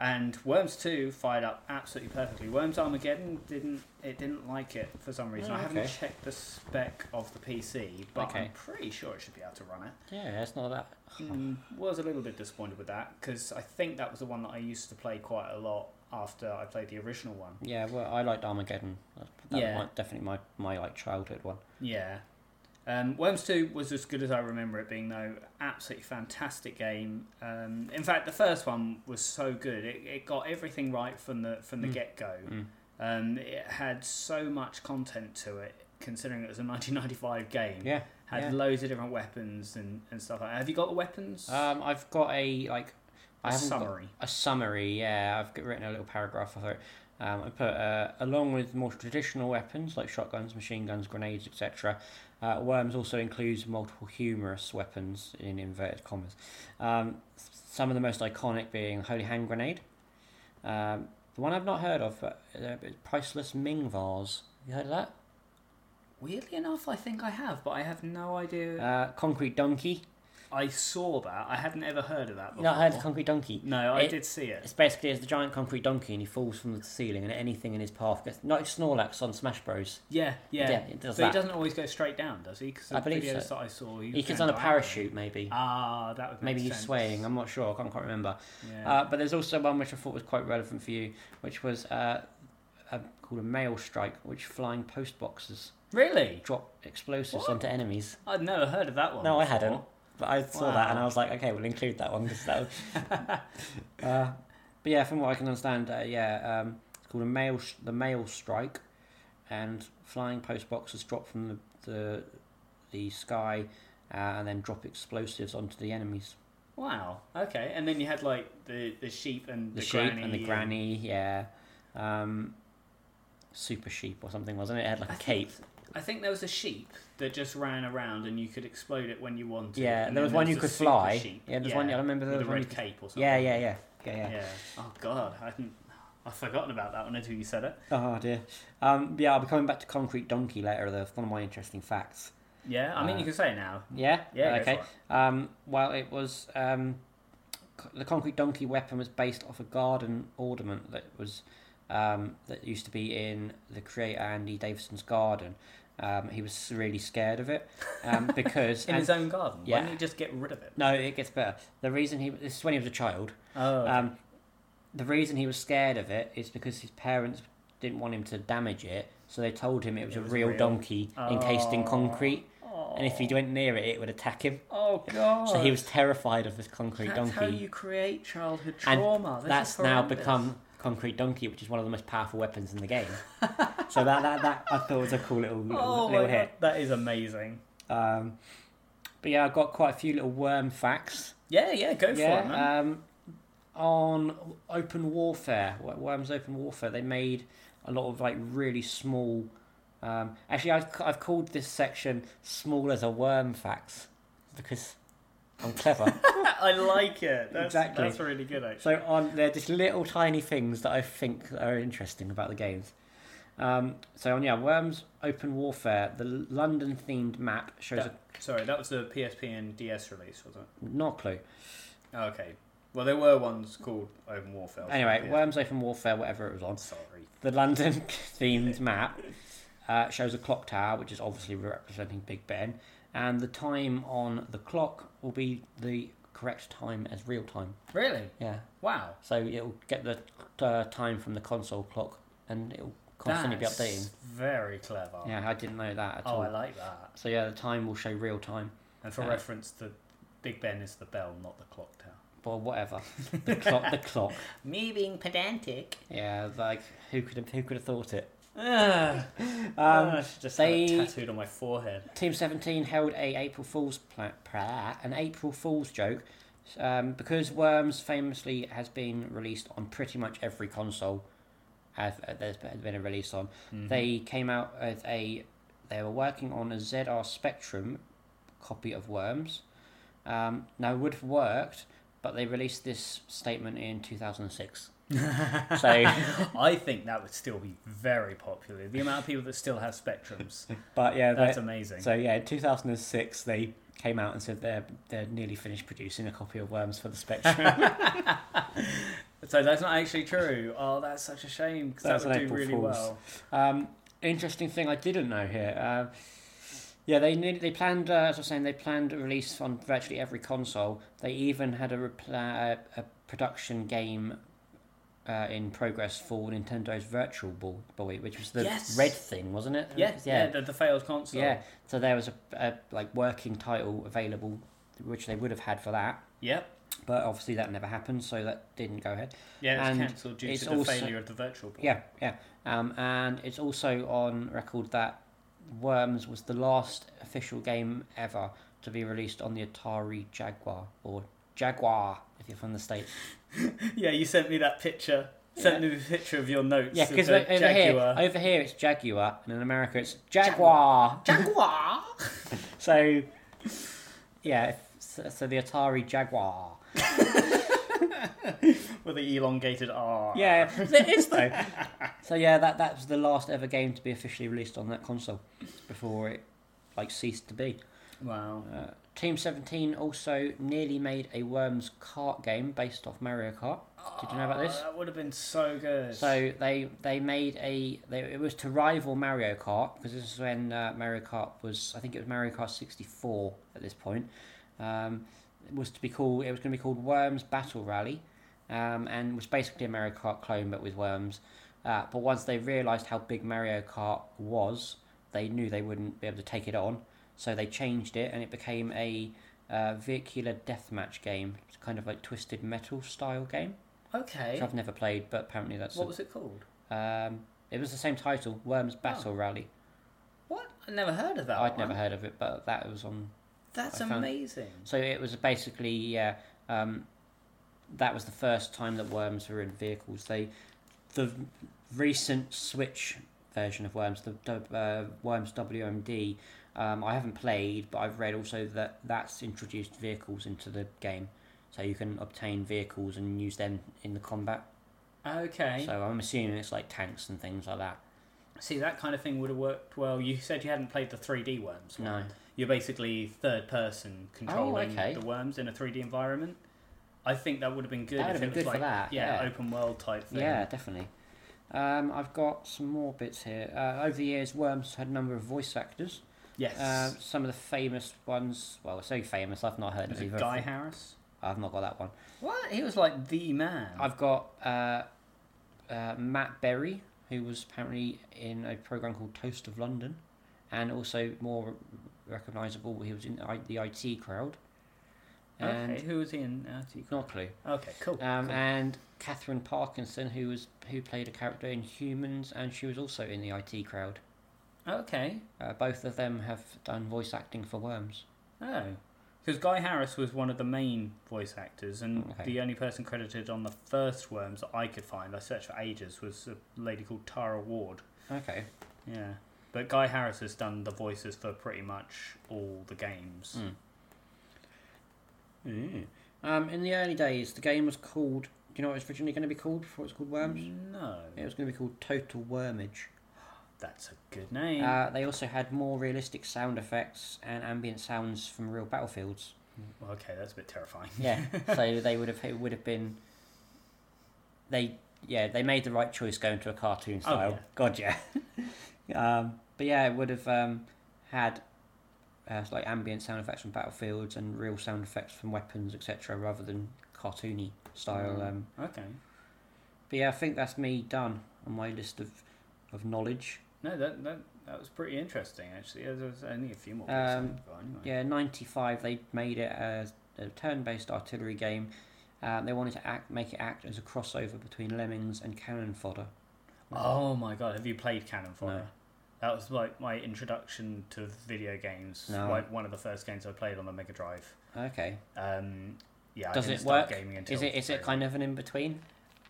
[SPEAKER 1] And Worms Two fired up absolutely perfectly. Worms Armageddon didn't it didn't like it for some reason.
[SPEAKER 2] Oh,
[SPEAKER 1] I haven't
[SPEAKER 2] okay.
[SPEAKER 1] checked the spec of the PC, but I'm
[SPEAKER 2] Okay.
[SPEAKER 1] pretty sure it should be able to run it.
[SPEAKER 2] Yeah, it's not that.
[SPEAKER 1] Mm, was a little bit disappointed with that because I think that was the one that I used to play quite a lot after I played the original one.
[SPEAKER 2] Yeah, well, I liked Armageddon. That that
[SPEAKER 1] Yeah.
[SPEAKER 2] might- definitely my my like childhood one.
[SPEAKER 1] Yeah. Um, Worms 2 was as good as I remember it being, though. Absolutely fantastic game. Um, in fact, the first one was so good. It, it got everything right from the from the
[SPEAKER 2] Mm.
[SPEAKER 1] get go.
[SPEAKER 2] Mm.
[SPEAKER 1] Um, it had so much content to it, considering it was a 1995 game.
[SPEAKER 2] Yeah.
[SPEAKER 1] Had
[SPEAKER 2] yeah.
[SPEAKER 1] loads of different weapons and, and stuff like that. Have you got the weapons?
[SPEAKER 2] Um, I've got a like. I
[SPEAKER 1] A
[SPEAKER 2] haven't got-
[SPEAKER 1] summary.
[SPEAKER 2] a summary. Yeah, I've got- written a little paragraph for it. Um, I put uh, along with more traditional weapons like shotguns, machine guns, grenades, etc. Uh, Worms also includes multiple humorous weapons in inverted commas. Um, some of the most iconic being holy hand grenade. Um, the one I've not heard of, but uh, priceless Ming vase. You heard of that?
[SPEAKER 1] Weirdly enough, I think I have, but I have no idea.
[SPEAKER 2] Uh, concrete donkey.
[SPEAKER 1] I saw that. I hadn't ever heard of that
[SPEAKER 2] You
[SPEAKER 1] before.
[SPEAKER 2] not heard of concrete donkey?
[SPEAKER 1] No, I
[SPEAKER 2] It-
[SPEAKER 1] did see it.
[SPEAKER 2] It's basically as the giant concrete donkey, and he falls from the ceiling, and anything in his path gets like Snorlax on Smash Bros.
[SPEAKER 1] Yeah, yeah.
[SPEAKER 2] Yeah, it does
[SPEAKER 1] so
[SPEAKER 2] that.
[SPEAKER 1] he doesn't always go straight down, does he? Because
[SPEAKER 2] I believe
[SPEAKER 1] videos
[SPEAKER 2] so.
[SPEAKER 1] that I saw,
[SPEAKER 2] He
[SPEAKER 1] was
[SPEAKER 2] gets on
[SPEAKER 1] going
[SPEAKER 2] a
[SPEAKER 1] diagonally.
[SPEAKER 2] parachute, maybe.
[SPEAKER 1] Ah, that would make
[SPEAKER 2] maybe he's
[SPEAKER 1] sense.
[SPEAKER 2] swaying. I'm not sure. I can't quite remember.
[SPEAKER 1] Yeah.
[SPEAKER 2] Uh, but there's also one which I thought was quite relevant for you, which was uh, uh called a mail strike, which flying post boxes
[SPEAKER 1] really?
[SPEAKER 2] drop explosives
[SPEAKER 1] What?
[SPEAKER 2] onto enemies.
[SPEAKER 1] I'd never heard of that one.
[SPEAKER 2] No, I
[SPEAKER 1] before.
[SPEAKER 2] hadn't. But I saw that and
[SPEAKER 1] Wow.
[SPEAKER 2] I was like, okay, we'll include that one because that. was- uh, but yeah, from what I can understand, uh, yeah, um, it's called a mail sh- the mail strike, and flying post boxes drop from the the, the sky, uh, and then drop explosives onto the enemies.
[SPEAKER 1] Wow. Okay. And then you had like the, the sheep and
[SPEAKER 2] The,
[SPEAKER 1] the,
[SPEAKER 2] sheep
[SPEAKER 1] granny
[SPEAKER 2] and the granny, yeah, um, super sheep or something, wasn't it? It had like a
[SPEAKER 1] I
[SPEAKER 2] cape.
[SPEAKER 1] think- I think there was a sheep that just ran around and you could explode it when you wanted.
[SPEAKER 2] Yeah,
[SPEAKER 1] and then
[SPEAKER 2] there was one you
[SPEAKER 1] a
[SPEAKER 2] could
[SPEAKER 1] super
[SPEAKER 2] fly.
[SPEAKER 1] Sheep.
[SPEAKER 2] Yeah, there's one. I remember there
[SPEAKER 1] with
[SPEAKER 2] was
[SPEAKER 1] a
[SPEAKER 2] one. you
[SPEAKER 1] red
[SPEAKER 2] could-
[SPEAKER 1] cape or something.
[SPEAKER 2] Yeah, yeah, yeah, yeah, yeah.
[SPEAKER 1] yeah. Oh God, I hadn't. I've forgotten about that one until you said it.
[SPEAKER 2] Oh dear. Um, yeah, I'll be coming back to Concrete Donkey later. That's one of my interesting facts.
[SPEAKER 1] Yeah, I mean
[SPEAKER 2] Uh,
[SPEAKER 1] you can say it now.
[SPEAKER 2] Yeah.
[SPEAKER 1] Yeah. go
[SPEAKER 2] okay.
[SPEAKER 1] for it.
[SPEAKER 2] Um, well, it was um, c- the Concrete Donkey weapon was based off a garden ornament that was um, that used to be in the creator Andy Davidson's garden. Um, he was really scared of it um, because
[SPEAKER 1] In
[SPEAKER 2] and-
[SPEAKER 1] his own garden. Why
[SPEAKER 2] yeah.
[SPEAKER 1] don't you just get rid of it?
[SPEAKER 2] no, it gets better. The reason he this is when he was a child.
[SPEAKER 1] Oh.
[SPEAKER 2] Um, the reason he was scared of it is because his parents didn't want him to damage it, so they told him it was
[SPEAKER 1] It
[SPEAKER 2] a
[SPEAKER 1] was
[SPEAKER 2] real,
[SPEAKER 1] real.
[SPEAKER 2] donkey encased in
[SPEAKER 1] Oh.
[SPEAKER 2] concrete, and if he went near it, it would attack him.
[SPEAKER 1] Oh God.
[SPEAKER 2] So he was terrified of this concrete
[SPEAKER 1] That's how
[SPEAKER 2] donkey.
[SPEAKER 1] you create childhood
[SPEAKER 2] And
[SPEAKER 1] trauma. This
[SPEAKER 2] That's
[SPEAKER 1] is
[SPEAKER 2] now
[SPEAKER 1] horrendous.
[SPEAKER 2] become concrete donkey, which is one of the most powerful weapons in the game. so that, that that I thought was a cool little little,
[SPEAKER 1] Oh my
[SPEAKER 2] little
[SPEAKER 1] God,
[SPEAKER 2] hit.
[SPEAKER 1] that is amazing.
[SPEAKER 2] Um, but yeah, I've got quite a few little worm facts.
[SPEAKER 1] Yeah, yeah, go for it, man.
[SPEAKER 2] yeah, um, on open warfare, Wo- Worms Open Warfare, they made a lot of like really small. Um, actually, I've, c- I've called this section "Small as a Worm Facts" because I'm clever.
[SPEAKER 1] I like it. That's,
[SPEAKER 2] Exactly.
[SPEAKER 1] That's really good, actually.
[SPEAKER 2] so on, they're just little tiny things that I think are interesting about the games. Um, so on, yeah, Worms Open Warfare, the London-themed map shows
[SPEAKER 1] That- Sorry, that was the PSP and DS release, wasn't
[SPEAKER 2] a not a clue.
[SPEAKER 1] it? Oh, okay. Well, there were ones called Open Warfare.
[SPEAKER 2] Anyway,
[SPEAKER 1] Yeah.
[SPEAKER 2] Worms Open Warfare, whatever it was on.
[SPEAKER 1] Sorry.
[SPEAKER 2] the London themed map Uh, shows a clock tower, which is obviously representing Big Ben, and the time on the clock will be the correct time as real time.
[SPEAKER 1] Really?
[SPEAKER 2] Yeah.
[SPEAKER 1] Wow.
[SPEAKER 2] So it'll get the uh, time from the console clock, and it'll constantly
[SPEAKER 1] That's
[SPEAKER 2] be updating.
[SPEAKER 1] very clever.
[SPEAKER 2] Yeah, I didn't know that at
[SPEAKER 1] Oh,
[SPEAKER 2] all.
[SPEAKER 1] I like that.
[SPEAKER 2] So yeah, the time will show real time,
[SPEAKER 1] And for
[SPEAKER 2] Uh,
[SPEAKER 1] reference, the Big Ben is the bell, not the clock tower.
[SPEAKER 2] but whatever. the clock, the clock.
[SPEAKER 1] Me being pedantic.
[SPEAKER 2] Yeah, like who could have, who could have thought it?
[SPEAKER 1] Ugh. Oh,
[SPEAKER 2] Um,
[SPEAKER 1] I should just
[SPEAKER 2] they-
[SPEAKER 1] have it tattooed on my forehead.
[SPEAKER 2] Team Seventeen held a April Fool's pla- pra- an April Fool's joke, um, because Worms famously has been released on pretty much every console. Has uh, there's been a release on. They came out with a. They were working on a ZR Spectrum copy of Worms. Um, now it would have worked, but they released this statement in two thousand and six. so,
[SPEAKER 1] I think that would still be very popular. The amount of people that still have spectrums.
[SPEAKER 2] but yeah, they-
[SPEAKER 1] That's amazing.
[SPEAKER 2] So yeah, in 2006 they came out and said they're they're nearly finished producing a copy of Worms for the Spectrum.
[SPEAKER 1] So that's not actually true. Oh, that's such a shame because that
[SPEAKER 2] That's
[SPEAKER 1] would
[SPEAKER 2] an
[SPEAKER 1] do
[SPEAKER 2] April
[SPEAKER 1] really
[SPEAKER 2] Fool's.
[SPEAKER 1] well.
[SPEAKER 2] um, interesting thing I didn't know here. Uh, yeah, they nearly, they planned. Uh, as I was saying, they planned a release on virtually every console. They even had a repla- uh, a production game. Uh, in progress for Nintendo's Virtual Bo- Boy, which was the
[SPEAKER 1] Yes.
[SPEAKER 2] red thing, wasn't it?
[SPEAKER 1] Yeah, yeah, the, the failed console.
[SPEAKER 2] yeah. So there was a, a like working title available, which they would have had for that.
[SPEAKER 1] Yep.
[SPEAKER 2] but obviously that never happened, so that didn't go ahead.
[SPEAKER 1] Yeah, it's
[SPEAKER 2] And
[SPEAKER 1] cancelled due
[SPEAKER 2] it's
[SPEAKER 1] to the
[SPEAKER 2] also-
[SPEAKER 1] failure of the virtual board.
[SPEAKER 2] Yeah, yeah. Um, and it's also on record that Worms was the last official game ever to be released on the Atari Jaguar or Jaguar if you're from the states.
[SPEAKER 1] Yeah, you sent me that picture. Sent me the picture of your notes.
[SPEAKER 2] Yeah,
[SPEAKER 1] of
[SPEAKER 2] because
[SPEAKER 1] the
[SPEAKER 2] over here,
[SPEAKER 1] Jaguar.
[SPEAKER 2] over here it's Jaguar, and in America it's Jaguar.
[SPEAKER 1] Jaguar.
[SPEAKER 2] So, yeah. if- So, so the Atari Jaguar.
[SPEAKER 1] With the elongated R.
[SPEAKER 2] Yeah, it is though. So yeah, that that was the last ever game to be officially released on that console before it like ceased to be.
[SPEAKER 1] Wow.
[SPEAKER 2] Uh, Team Seventeen also nearly made a Worms kart game based off Mario Kart. Did you know about
[SPEAKER 1] Oh,
[SPEAKER 2] this?
[SPEAKER 1] That would have been so good.
[SPEAKER 2] So they they made a they, it was to rival Mario Kart because this is when uh, Mario Kart was I think it was Mario Kart sixty four at this point. Um, it was to be called it was going to be called Worms Battle Rally, um, and was basically a Mario Kart clone but with worms. Uh, but once they realised how big Mario Kart was, they knew they wouldn't be able to take it on, so they changed it and it became a uh, vehicular deathmatch game, It's kind of like Twisted Metal style game.
[SPEAKER 1] okay.
[SPEAKER 2] Which I've never played, but apparently that's a
[SPEAKER 1] What was it called?
[SPEAKER 2] um, it was the same title, Worms Battle Rally.
[SPEAKER 1] What? I never heard of Oh. that.
[SPEAKER 2] I'd
[SPEAKER 1] one.
[SPEAKER 2] never heard of it, but that was on.
[SPEAKER 1] That's
[SPEAKER 2] I found-
[SPEAKER 1] amazing.
[SPEAKER 2] So it was basically yeah. Um, that was the first time that Worms were in vehicles. They, the recent Switch version of Worms, the dub- uh, Worms WMD. Um, I haven't played, but I've read also that that's introduced vehicles into the game, so you can obtain vehicles and use them in the combat.
[SPEAKER 1] Okay.
[SPEAKER 2] So I'm assuming it's like tanks and things like that.
[SPEAKER 1] See, that kind of thing would have worked well. You said you hadn't played the 3D worms. one.
[SPEAKER 2] No. Oh,
[SPEAKER 1] You're basically third person controlling
[SPEAKER 2] okay.
[SPEAKER 1] the worms in a 3D environment. I think that would have been good
[SPEAKER 2] That
[SPEAKER 1] if
[SPEAKER 2] would've been
[SPEAKER 1] it was
[SPEAKER 2] good for
[SPEAKER 1] like
[SPEAKER 2] that,
[SPEAKER 1] Yeah,
[SPEAKER 2] yeah.
[SPEAKER 1] open world type thing.
[SPEAKER 2] Yeah, definitely. Um, I've got some more bits here. Uh, over the years, Worms had a number of voice actors.
[SPEAKER 1] Yes.
[SPEAKER 2] Uh, some of the famous ones, well, so famous, I've not heard
[SPEAKER 1] was
[SPEAKER 2] of
[SPEAKER 1] it
[SPEAKER 2] either.
[SPEAKER 1] Guy Harris?
[SPEAKER 2] I've not got that one.
[SPEAKER 1] What? He was like the man.
[SPEAKER 2] I've got uh, uh, Matt Berry, who was apparently in a program called Toast of London, and also more recognisable, he was in I- the IT crowd. And
[SPEAKER 1] okay. Who was he in? Uh, do you-
[SPEAKER 2] not a clue.
[SPEAKER 1] okay. Cool.
[SPEAKER 2] Um,
[SPEAKER 1] cool.
[SPEAKER 2] And Catherine Parkinson, who was who played a character in Humans, and she was also in the IT crowd.
[SPEAKER 1] okay.
[SPEAKER 2] Uh, both of them have done voice acting for Worms.
[SPEAKER 1] Oh. Because Guy Harris was one of the main voice actors, and
[SPEAKER 2] Okay.
[SPEAKER 1] the only person credited on the first Worms that I could find, I searched for ages, was a lady called Tara Ward.
[SPEAKER 2] Okay.
[SPEAKER 1] Yeah. But Guy Harris has done the voices for pretty much all the games.
[SPEAKER 2] Mm. Um, in the early days, the game was called. Do you know what it was originally going to be called before it was called Worms?
[SPEAKER 1] Mm. No.
[SPEAKER 2] It was going to be called Total Wormage.
[SPEAKER 1] That's a good name.
[SPEAKER 2] Uh, they also had more realistic sound effects and ambient sounds from real battlefields.
[SPEAKER 1] Well, okay, that's a bit terrifying.
[SPEAKER 2] Yeah. so they would have it would have been. They yeah they made the right choice going to a cartoon
[SPEAKER 1] Oh,
[SPEAKER 2] style.
[SPEAKER 1] yeah.
[SPEAKER 2] God yeah. um, But yeah, it would have um, had uh, like ambient sound effects from battlefields and real sound effects from weapons, etc., rather than cartoony style.
[SPEAKER 1] Mm.
[SPEAKER 2] Um,
[SPEAKER 1] Okay.
[SPEAKER 2] but yeah, I think that's me done on my list of of knowledge.
[SPEAKER 1] No, that that, that was pretty interesting actually. There was only a few more.
[SPEAKER 2] Um,
[SPEAKER 1] bits I've got anyway.
[SPEAKER 2] Yeah, ninety five. They made it as a turn-based artillery game. Uh, they wanted to act, make it act as a crossover between Lemmings and Cannon Fodder.
[SPEAKER 1] Oh my god, have you played Cannon Fodder?
[SPEAKER 2] No.
[SPEAKER 1] That was like my introduction to video games.
[SPEAKER 2] No.
[SPEAKER 1] Like one of the first games I played on the Mega Drive.
[SPEAKER 2] Okay.
[SPEAKER 1] Um, yeah,
[SPEAKER 2] Does
[SPEAKER 1] I didn't
[SPEAKER 2] it
[SPEAKER 1] start
[SPEAKER 2] work?
[SPEAKER 1] gaming until
[SPEAKER 2] Is it is it
[SPEAKER 1] very-
[SPEAKER 2] kind of an in between?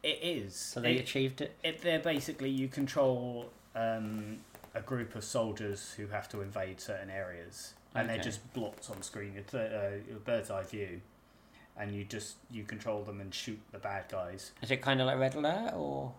[SPEAKER 1] It is.
[SPEAKER 2] So they
[SPEAKER 1] It-
[SPEAKER 2] achieved it.
[SPEAKER 1] it, they're basically you control um, a group of soldiers who have to invade certain areas, and they're
[SPEAKER 2] Okay.
[SPEAKER 1] just blots on screen. It's a, a bird's eye view, and you just you control them and shoot the bad guys.
[SPEAKER 2] Is it kind of like Red Alert or?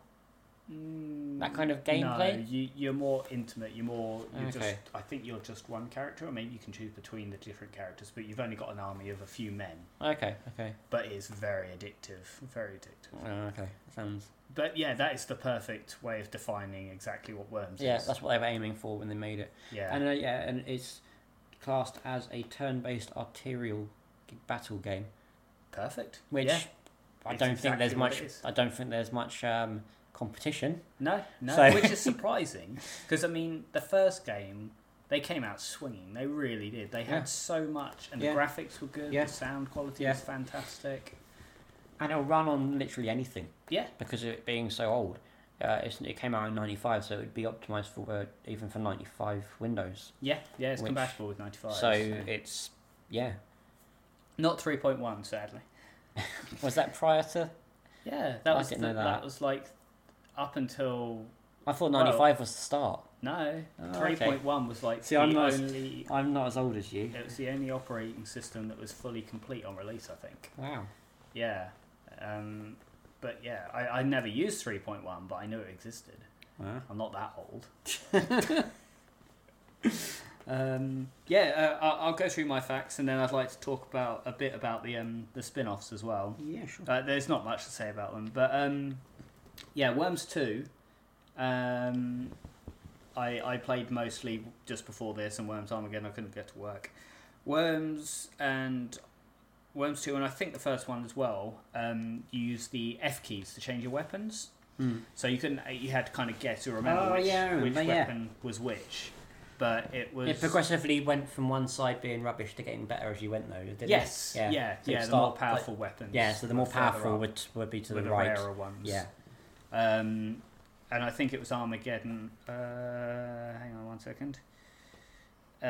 [SPEAKER 2] That kind of gameplay?
[SPEAKER 1] Mm, No, you, you're more intimate. You're more. You're just,
[SPEAKER 2] Okay.
[SPEAKER 1] I think you're just one character. I mean, you can choose between the different characters, but you've only got an army of a few men.
[SPEAKER 2] Okay, okay,
[SPEAKER 1] But it's very addictive. Very addictive.
[SPEAKER 2] Oh, okay. Sounds.
[SPEAKER 1] But yeah, that is the perfect way of defining exactly what Worms
[SPEAKER 2] Yeah,
[SPEAKER 1] is.
[SPEAKER 2] that's what they were aiming for when they made it.
[SPEAKER 1] yeah.
[SPEAKER 2] And uh, yeah, and it's classed as a turn-based arterial g- battle game,
[SPEAKER 1] Perfect.
[SPEAKER 2] which
[SPEAKER 1] Yeah.
[SPEAKER 2] I
[SPEAKER 1] It's
[SPEAKER 2] don't think there's
[SPEAKER 1] exactly what
[SPEAKER 2] much.
[SPEAKER 1] it is.
[SPEAKER 2] I don't think there's much um, competition.
[SPEAKER 1] No, no,
[SPEAKER 2] So-
[SPEAKER 1] which is surprising because I mean the first game they came out swinging. They really did. They had
[SPEAKER 2] Yeah.
[SPEAKER 1] so much, and
[SPEAKER 2] Yeah.
[SPEAKER 1] the graphics were good.
[SPEAKER 2] Yeah.
[SPEAKER 1] The sound quality
[SPEAKER 2] Yeah.
[SPEAKER 1] was fantastic.
[SPEAKER 2] And it'll run on literally anything.
[SPEAKER 1] Yeah.
[SPEAKER 2] Because of it being so old. Uh, it's, it came out in 95, so it would be optimized for uh, even for 95 Windows.
[SPEAKER 1] Yeah, yeah, it's
[SPEAKER 2] Which-
[SPEAKER 1] compatible with ninety five.
[SPEAKER 2] so it's, yeah.
[SPEAKER 1] not three point one, sadly.
[SPEAKER 2] Was that prior to?
[SPEAKER 1] Yeah, that
[SPEAKER 2] I
[SPEAKER 1] was
[SPEAKER 2] didn't
[SPEAKER 1] the,
[SPEAKER 2] know
[SPEAKER 1] that.
[SPEAKER 2] that.
[SPEAKER 1] was like up until
[SPEAKER 2] I thought
[SPEAKER 1] Well-
[SPEAKER 2] 95 was the start.
[SPEAKER 1] no
[SPEAKER 2] Oh,
[SPEAKER 1] three
[SPEAKER 2] okay.
[SPEAKER 1] point one was like
[SPEAKER 2] See,
[SPEAKER 1] the
[SPEAKER 2] I'm not-
[SPEAKER 1] only.
[SPEAKER 2] I'm not as old as you.
[SPEAKER 1] It was the only operating system that was fully complete on release. I think.
[SPEAKER 2] Wow.
[SPEAKER 1] Yeah. Um, but yeah, I, I never used 3.1, but I knew it existed.
[SPEAKER 2] Wow.
[SPEAKER 1] I'm not that old. um, yeah, uh, I'll, I'll go through my facts and then I'd like to talk about a bit about the, um, the spin offs as well.
[SPEAKER 2] Yeah, sure.
[SPEAKER 1] Uh, there's not much to say about them, but um, yeah, Worms Two. Um, I I played mostly just before this, and Worms Armageddon. I couldn't get to work. Worms and Worms Two, and I think the first one as well. Um, you use the F keys to change your weapons,
[SPEAKER 2] Mm.
[SPEAKER 1] so you couldn't. You had to kind of guess or remember
[SPEAKER 2] Oh,
[SPEAKER 1] which,
[SPEAKER 2] yeah, I
[SPEAKER 1] which
[SPEAKER 2] remember, yeah.
[SPEAKER 1] weapon was which. But it was
[SPEAKER 2] It progressively went from one side being rubbish to getting better as you went, though, didn't
[SPEAKER 1] yes,
[SPEAKER 2] it?
[SPEAKER 1] yeah, yeah.
[SPEAKER 2] So you
[SPEAKER 1] the
[SPEAKER 2] start,
[SPEAKER 1] more powerful weapons.
[SPEAKER 2] Like, yeah, so the more
[SPEAKER 1] were further
[SPEAKER 2] powerful
[SPEAKER 1] up
[SPEAKER 2] would, would be to
[SPEAKER 1] were
[SPEAKER 2] the
[SPEAKER 1] the
[SPEAKER 2] right.
[SPEAKER 1] rarer ones.
[SPEAKER 2] Yeah.
[SPEAKER 1] Um, and I think it was Armageddon. Uh, hang on one second. Uh,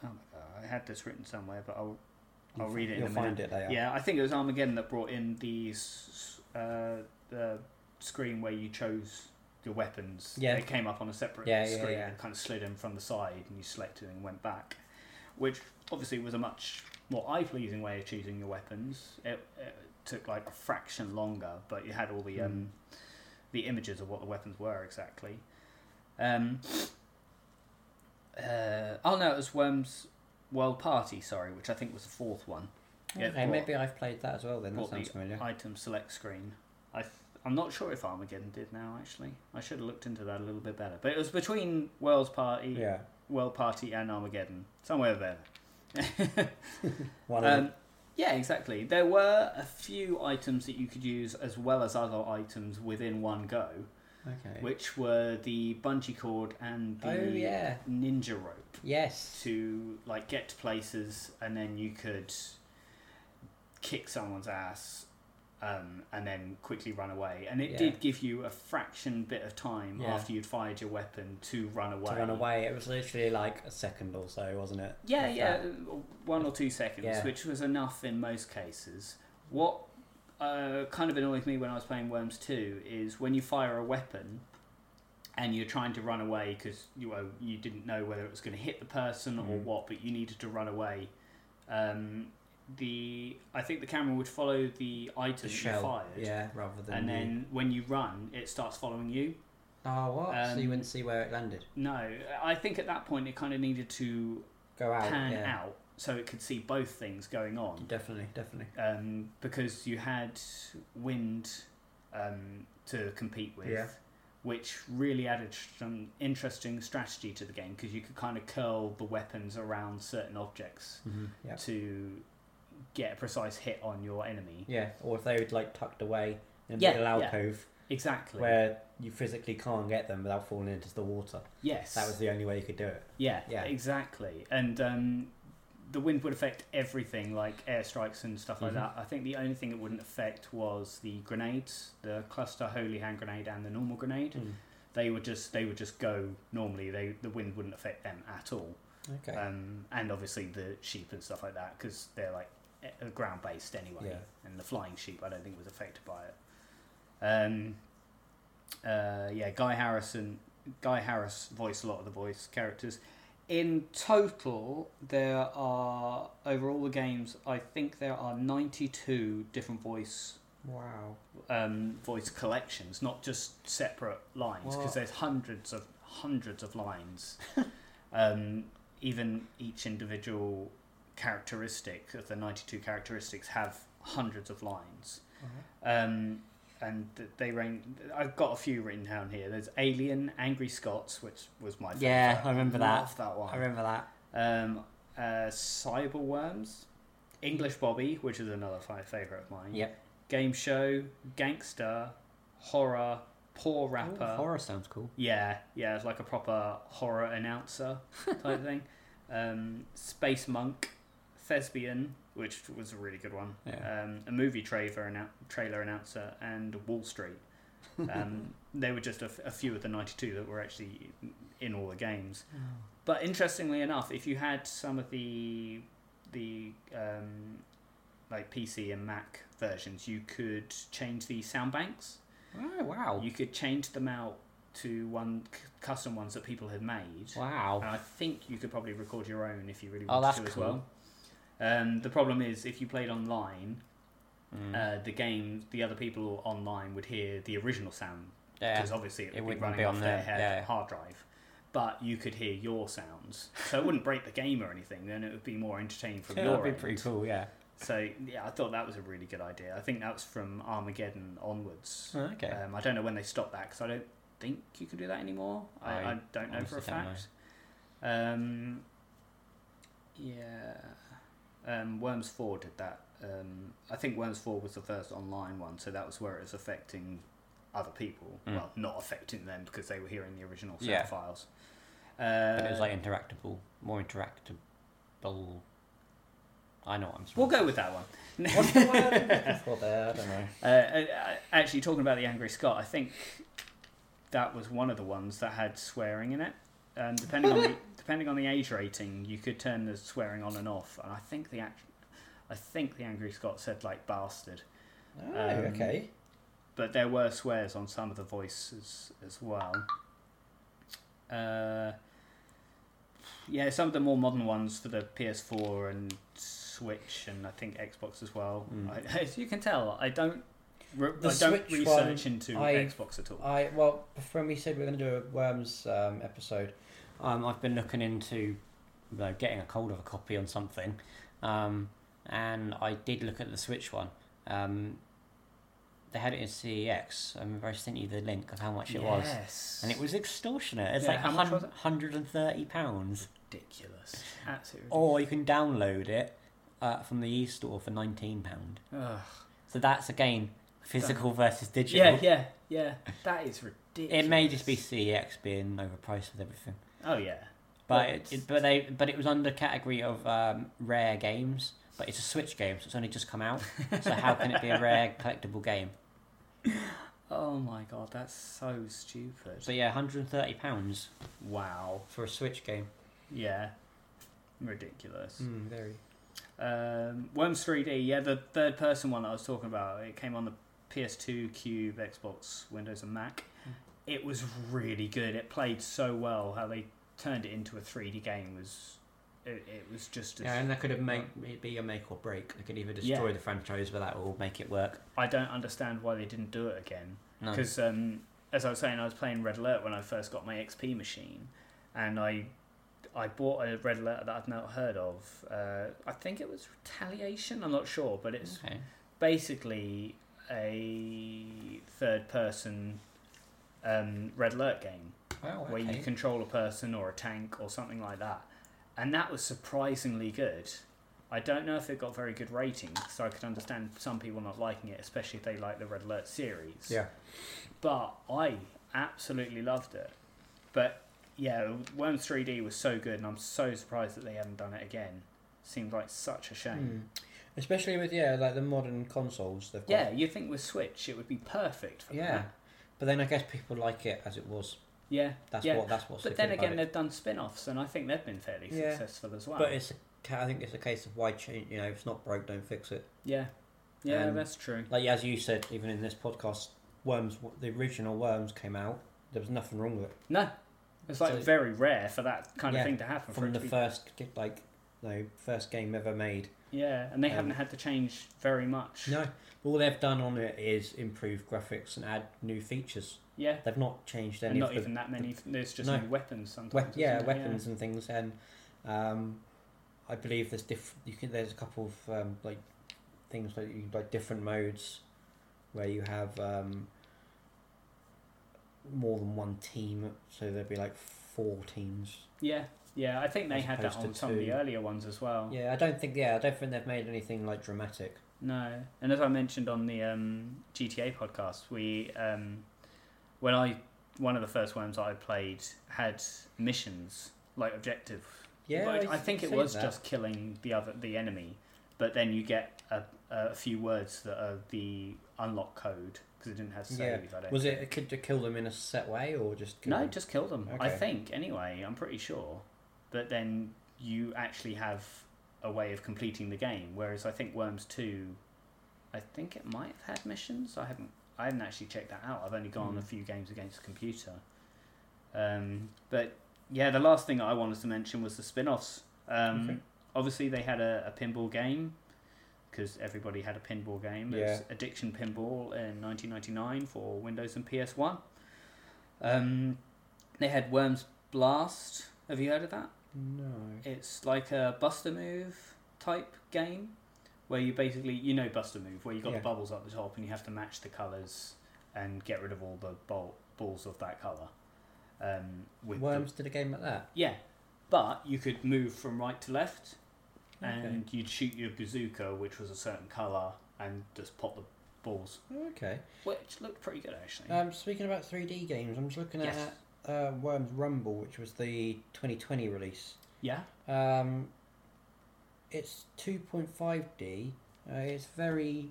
[SPEAKER 1] oh my god, I had this written somewhere, but I'll I'll read it.
[SPEAKER 2] You'll
[SPEAKER 1] in a
[SPEAKER 2] find
[SPEAKER 1] minute.
[SPEAKER 2] it later.
[SPEAKER 1] Yeah, I think it was Armageddon that brought in the s- uh, the screen where you chose your weapons.
[SPEAKER 2] Yeah.
[SPEAKER 1] it came up on a separate
[SPEAKER 2] Yeah, yeah,
[SPEAKER 1] screen
[SPEAKER 2] yeah.
[SPEAKER 1] and kind of slid in from the side, and you selected and went back, which obviously was a much more eye pleasing way of choosing your weapons. It, it took like a fraction longer, but you had all
[SPEAKER 2] Hmm.
[SPEAKER 1] the um, the images of what the weapons were exactly. Um, uh, oh no, it was Worms World Party. Sorry, which I think was the fourth one. Yeah,
[SPEAKER 2] okay,
[SPEAKER 1] brought-
[SPEAKER 2] maybe I've played that as well then. That
[SPEAKER 1] brought
[SPEAKER 2] sounds
[SPEAKER 1] the
[SPEAKER 2] familiar.
[SPEAKER 1] item select screen. I th- I'm not sure if Armageddon did now. Actually, I should have looked into that a little bit better. But it was between World's Party,
[SPEAKER 2] Yeah.
[SPEAKER 1] World Party, and Armageddon, somewhere there.
[SPEAKER 2] One
[SPEAKER 1] um, yeah, exactly. There were a few items that you could use as well as other items within one go,
[SPEAKER 2] okay.
[SPEAKER 1] which were the bungee cord and the
[SPEAKER 2] oh yeah.
[SPEAKER 1] ninja rope
[SPEAKER 2] Yes.
[SPEAKER 1] to like get to places and then you could kick someone's ass um, and then quickly run away and it
[SPEAKER 2] Yeah.
[SPEAKER 1] did give you a fraction bit of time
[SPEAKER 2] Yeah.
[SPEAKER 1] after you'd fired your weapon to run away
[SPEAKER 2] To run away, it was literally like a second or so, wasn't it?
[SPEAKER 1] yeah
[SPEAKER 2] Of
[SPEAKER 1] yeah uh,
[SPEAKER 2] that.
[SPEAKER 1] one or two seconds
[SPEAKER 2] Yeah.
[SPEAKER 1] which was enough in most cases what uh, kind of annoys me when i was playing worms 2 is when you fire a weapon and you're trying to run away because you well, you didn't know whether it was going to hit the person or
[SPEAKER 2] Mm.
[SPEAKER 1] what, but you needed to run away. Um, the I think the camera would follow the item
[SPEAKER 2] The
[SPEAKER 1] you
[SPEAKER 2] shell.
[SPEAKER 1] fired,
[SPEAKER 2] Yeah, rather than.
[SPEAKER 1] and
[SPEAKER 2] the-
[SPEAKER 1] then when you run, it starts following you.
[SPEAKER 2] Oh, what? so
[SPEAKER 1] um,
[SPEAKER 2] you wouldn't see where it landed.
[SPEAKER 1] No, I think at that point it kind of needed to
[SPEAKER 2] Go out.
[SPEAKER 1] pan
[SPEAKER 2] yeah.
[SPEAKER 1] out so it could see both things going on,
[SPEAKER 2] Definitely, definitely.
[SPEAKER 1] um, because you had wind um, to compete with.
[SPEAKER 2] Yeah.
[SPEAKER 1] which really added some interesting strategy to the game because you could kind of curl the weapons around certain objects
[SPEAKER 3] Yeah.
[SPEAKER 1] to get a precise hit on your enemy.
[SPEAKER 3] Yeah, or if they were like tucked away in a
[SPEAKER 1] Yeah,
[SPEAKER 3] little
[SPEAKER 1] yeah.
[SPEAKER 3] alcove
[SPEAKER 1] Exactly.
[SPEAKER 3] where you physically can't get them without falling into the water.
[SPEAKER 1] yes.
[SPEAKER 3] That was the only way you could do it.
[SPEAKER 1] Yeah,
[SPEAKER 3] Yeah.
[SPEAKER 1] exactly. And um, the wind would affect everything, like airstrikes and stuff like
[SPEAKER 3] Mhm.
[SPEAKER 1] that. I think the only thing it wouldn't affect was the grenades, the cluster holy hand grenade and the normal grenade. They would just they would just go normally. They the wind wouldn't affect them at all.
[SPEAKER 3] Okay.
[SPEAKER 1] Um, and obviously the sheep and stuff like that because they're like ground based anyway.
[SPEAKER 3] Yeah.
[SPEAKER 1] And the flying sheep, I don't think was affected by it. Um, uh, yeah, Guy Harrison. Guy Harris voiced a lot of the voice characters. In total, there are over all the games. I think there are ninety-two different voice
[SPEAKER 3] wow.
[SPEAKER 1] um, voice collections, not just separate lines,
[SPEAKER 3] What?
[SPEAKER 1] because there's hundreds of hundreds of lines. um, even each individual characteristic of the 92 characteristics have hundreds of lines. Um, and th- they range. I've got a few written down here. There's Alien, Angry Scots, which was my favorite.
[SPEAKER 3] Yeah, I remember that.
[SPEAKER 1] Love that one.
[SPEAKER 3] I remember that.
[SPEAKER 1] Um, uh, Cyberworms, English Bobby, which is another fi- favorite of mine.
[SPEAKER 3] Yep.
[SPEAKER 1] Game show, gangster, horror, poor rapper.
[SPEAKER 3] Ooh, Oh, horror sounds cool.
[SPEAKER 1] Yeah, yeah, it's like a proper horror announcer type thing. Um, space monk, thespian, which was a really good one.
[SPEAKER 3] Yeah.
[SPEAKER 1] Um, a movie trailer annou- trailer announcer and Wall Street. Um, they were just a, f- a few of the ninety-two that were actually in all the games. But interestingly enough, if you had some of the the um, like PC and Mac versions, you could change the sound banks.
[SPEAKER 3] Oh wow.
[SPEAKER 1] You could change them out to one c- custom ones that people had made.
[SPEAKER 3] Wow.
[SPEAKER 1] And I think you could probably record your own if you really
[SPEAKER 3] Oh,
[SPEAKER 1] wanted
[SPEAKER 3] that's
[SPEAKER 1] to as
[SPEAKER 3] cool.
[SPEAKER 1] well. Um, the problem is if you played online,
[SPEAKER 2] Mm.
[SPEAKER 1] uh, the game, the other people online would hear the original sound
[SPEAKER 2] yeah.
[SPEAKER 1] because obviously it,
[SPEAKER 2] it
[SPEAKER 1] would be
[SPEAKER 2] wouldn't
[SPEAKER 1] running
[SPEAKER 2] be
[SPEAKER 1] off
[SPEAKER 2] on
[SPEAKER 1] their
[SPEAKER 2] there,
[SPEAKER 1] head,
[SPEAKER 2] yeah.
[SPEAKER 1] hard drive. But you could hear your sounds, so it wouldn't break the game or anything. Then it would be more entertaining from your
[SPEAKER 3] That'd be
[SPEAKER 1] end.
[SPEAKER 3] pretty cool. Yeah.
[SPEAKER 1] So yeah, I thought that was a really good idea. I think that was from Armageddon onwards.
[SPEAKER 3] Oh, okay.
[SPEAKER 1] Um, I don't know when they stopped that because I don't think you can do that anymore. I, I,
[SPEAKER 2] I
[SPEAKER 1] don't know for a
[SPEAKER 2] honestly don't know.
[SPEAKER 1] fact. Um, yeah, um, Worms Four did that. Um, I think Worms Four was the first online one, so that was where it was affecting other people.
[SPEAKER 2] Mm.
[SPEAKER 1] Well, not affecting them because they were hearing the original sound
[SPEAKER 2] Yeah.
[SPEAKER 1] files. Uh,
[SPEAKER 2] But it was like interactable, more interactable. I know what I'm saying.
[SPEAKER 1] we'll go with that one.
[SPEAKER 3] What's the word I'm looking for there? I don't know.
[SPEAKER 1] Uh, uh, actually, talking about the Angry Scot, I think that was one of the ones that had swearing in it. Um, depending on the depending on the age rating, you could turn the swearing on and off. And I think the act- I think the Angry Scot said like bastard,
[SPEAKER 3] Oh,
[SPEAKER 1] Um,
[SPEAKER 3] okay.
[SPEAKER 1] but there were swears on some of the voices as well. Uh, yeah, some of the more modern ones for the PS4 and Switch, and I think Xbox as well.
[SPEAKER 2] Mm.
[SPEAKER 1] I, as you can tell, I don't. Re-
[SPEAKER 3] The
[SPEAKER 1] I don't
[SPEAKER 3] Switch
[SPEAKER 1] research into
[SPEAKER 3] I-
[SPEAKER 1] Xbox at all.
[SPEAKER 3] I well, when we said we are going to do a worms um, episode,
[SPEAKER 2] Um, I've been looking into like, getting a cold of a copy on something, um, and I did look at the Switch one. Um, they had it in E CEX. I remember I sent you the link of how much it was,
[SPEAKER 1] Yes.
[SPEAKER 2] and it was extortionate. It's
[SPEAKER 1] Yeah,
[SPEAKER 2] like
[SPEAKER 1] how much was
[SPEAKER 2] hun- 130 pounds.
[SPEAKER 1] ridiculous. Absolutely.
[SPEAKER 2] Or you can download it uh, from the e-store for 19 pound. So that's again physical versus digital.
[SPEAKER 1] Yeah, yeah, yeah. That is ridiculous.
[SPEAKER 2] It may just be CEX being overpriced with everything.
[SPEAKER 1] Oh yeah.
[SPEAKER 2] But
[SPEAKER 1] Well,
[SPEAKER 2] it, it- but they but it was under category of um, rare games. But it's a Switch game, so it's only just come out. So how can it be a rare collectible game?
[SPEAKER 1] Oh my god, that's so stupid.
[SPEAKER 2] So yeah, 130 pounds
[SPEAKER 1] wow.
[SPEAKER 2] for a Switch game.
[SPEAKER 1] Yeah. Ridiculous.
[SPEAKER 3] mm, very.
[SPEAKER 1] Um, Worms 3D, yeah, the third person one that I was talking about, it came on the PS2, Cube, Xbox, Windows, and Mac. It was really good. It played so well. How they turned it into a 3D game was. It, it was just. As,
[SPEAKER 3] Yeah, and that could have make it be a make or break. They could either destroy the franchise with that or make it work.
[SPEAKER 1] I don't understand why they didn't do it again.
[SPEAKER 2] No.
[SPEAKER 1] Because um, as I was saying, I was playing Red Alert when I first got my XP machine, and I I bought a Red Alert that I've not heard of. Uh, I think it was Retaliation. I'm not sure, but it's
[SPEAKER 2] Okay.
[SPEAKER 1] basically a third person um, Red Alert game
[SPEAKER 3] Oh,
[SPEAKER 1] where you
[SPEAKER 3] okay.
[SPEAKER 1] control a person or a tank or something like that. And that was surprisingly good. I don't know if it got very good ratings, so I could understand some people not liking it, especially if they like the Red Alert series.
[SPEAKER 3] Yeah.
[SPEAKER 1] But I absolutely loved it. But yeah, Worms 3D was so good, and I'm so surprised that they haven't done it again. Seems like such a shame.
[SPEAKER 3] Hmm. Especially with yeah, like the modern consoles they've got.
[SPEAKER 1] Yeah, you think with Switch it would be perfect for
[SPEAKER 3] Yeah.
[SPEAKER 1] that.
[SPEAKER 3] But then I guess people like it as it was.
[SPEAKER 1] Yeah.
[SPEAKER 3] That's
[SPEAKER 1] Yeah.
[SPEAKER 3] what that's what's
[SPEAKER 1] But
[SPEAKER 3] so good
[SPEAKER 1] then
[SPEAKER 3] about
[SPEAKER 1] again,
[SPEAKER 3] it.
[SPEAKER 1] they've done spin offs, and I think they've been fairly
[SPEAKER 3] Yeah.
[SPEAKER 1] successful as well.
[SPEAKER 3] but it's a ca- I think it's a case of why change. You know, if it's not broke, don't fix it.
[SPEAKER 1] Yeah. Yeah,
[SPEAKER 3] Um,
[SPEAKER 1] that's true.
[SPEAKER 3] Like as you said, even in this podcast, Worms, the original Worms came out. There was nothing wrong with it
[SPEAKER 1] No. It's like
[SPEAKER 3] So-
[SPEAKER 1] very rare for that kind
[SPEAKER 3] Yeah,
[SPEAKER 1] of thing to happen. for
[SPEAKER 3] from
[SPEAKER 1] it
[SPEAKER 3] the
[SPEAKER 1] to be-
[SPEAKER 3] first like no first game ever made.
[SPEAKER 1] yeah, and they
[SPEAKER 3] um,
[SPEAKER 1] haven't had to change very much.
[SPEAKER 3] No, all they've done on it is improve graphics and add new features.
[SPEAKER 1] Yeah,
[SPEAKER 3] They've not changed
[SPEAKER 1] and
[SPEAKER 3] any
[SPEAKER 1] not
[SPEAKER 3] of the
[SPEAKER 1] even that many. There's just
[SPEAKER 3] No.
[SPEAKER 1] new weapons
[SPEAKER 3] we-
[SPEAKER 1] sometimes.
[SPEAKER 3] yeah
[SPEAKER 1] isn't there?
[SPEAKER 3] weapons and things. And um, I believe there's diff- You can there's a couple of um, like things like you like different modes where you have um, more than one team. So there'd be like four teams.
[SPEAKER 1] Yeah. yeah. Yeah, I think they
[SPEAKER 3] As
[SPEAKER 1] had that
[SPEAKER 3] opposed
[SPEAKER 1] on
[SPEAKER 3] to
[SPEAKER 1] some of the
[SPEAKER 3] two.
[SPEAKER 1] earlier ones as well.
[SPEAKER 3] Yeah, I don't think. Yeah, I don't think they've made anything like dramatic.
[SPEAKER 1] No, and as I mentioned on the um, GTA podcast, we um, when I one of the first worms I played had missions like objective.
[SPEAKER 3] Yeah,
[SPEAKER 1] Like,
[SPEAKER 3] I
[SPEAKER 1] I think it
[SPEAKER 3] see
[SPEAKER 1] was
[SPEAKER 3] that.
[SPEAKER 1] just killing the other the enemy, but then you get a, a few words that are the unlock code because it didn't have save.
[SPEAKER 3] Yeah.
[SPEAKER 1] I don't
[SPEAKER 3] Was
[SPEAKER 1] think.
[SPEAKER 3] it could to kill them in a set way or just kill
[SPEAKER 1] No,
[SPEAKER 3] them?
[SPEAKER 1] just kill them. I
[SPEAKER 3] Okay.
[SPEAKER 1] think anyway. I'm pretty sure. But then you actually have a way of completing the game. Whereas I think Worms Two, I think it might have had missions. I haven't. I haven't actually checked that out. I've only gone
[SPEAKER 3] Hmm.
[SPEAKER 1] a few games against the computer. Um, but yeah, the last thing I wanted to mention was the spin-offs. Um,
[SPEAKER 3] Okay.
[SPEAKER 1] Obviously, they had a, a pinball game because everybody had a pinball game. It was Addiction Pinball in 1999 for Windows and PS1. Um, they had Worms Blast. Have you heard of that?
[SPEAKER 3] no.
[SPEAKER 1] It's like a Buster Move type game where you basically, you know, Buster Move, where you've got
[SPEAKER 3] Yeah.
[SPEAKER 1] the bubbles up the top and you have to match the colours and get rid of all the ball, balls of that colour. Um, with the-
[SPEAKER 3] Worms did a game like that.
[SPEAKER 1] yeah, but you could move from right to left,
[SPEAKER 3] Okay.
[SPEAKER 1] and you'd shoot your bazooka, which was a certain color, and just pop the balls,
[SPEAKER 3] Okay.
[SPEAKER 1] which looked pretty good actually.
[SPEAKER 3] Um, speaking about 3D games, I'm just looking
[SPEAKER 1] yes.
[SPEAKER 3] at uh, Worms Rumble, which was the 2020 release.
[SPEAKER 1] Yeah.
[SPEAKER 3] Um, it's 2.5D. Uh, it's very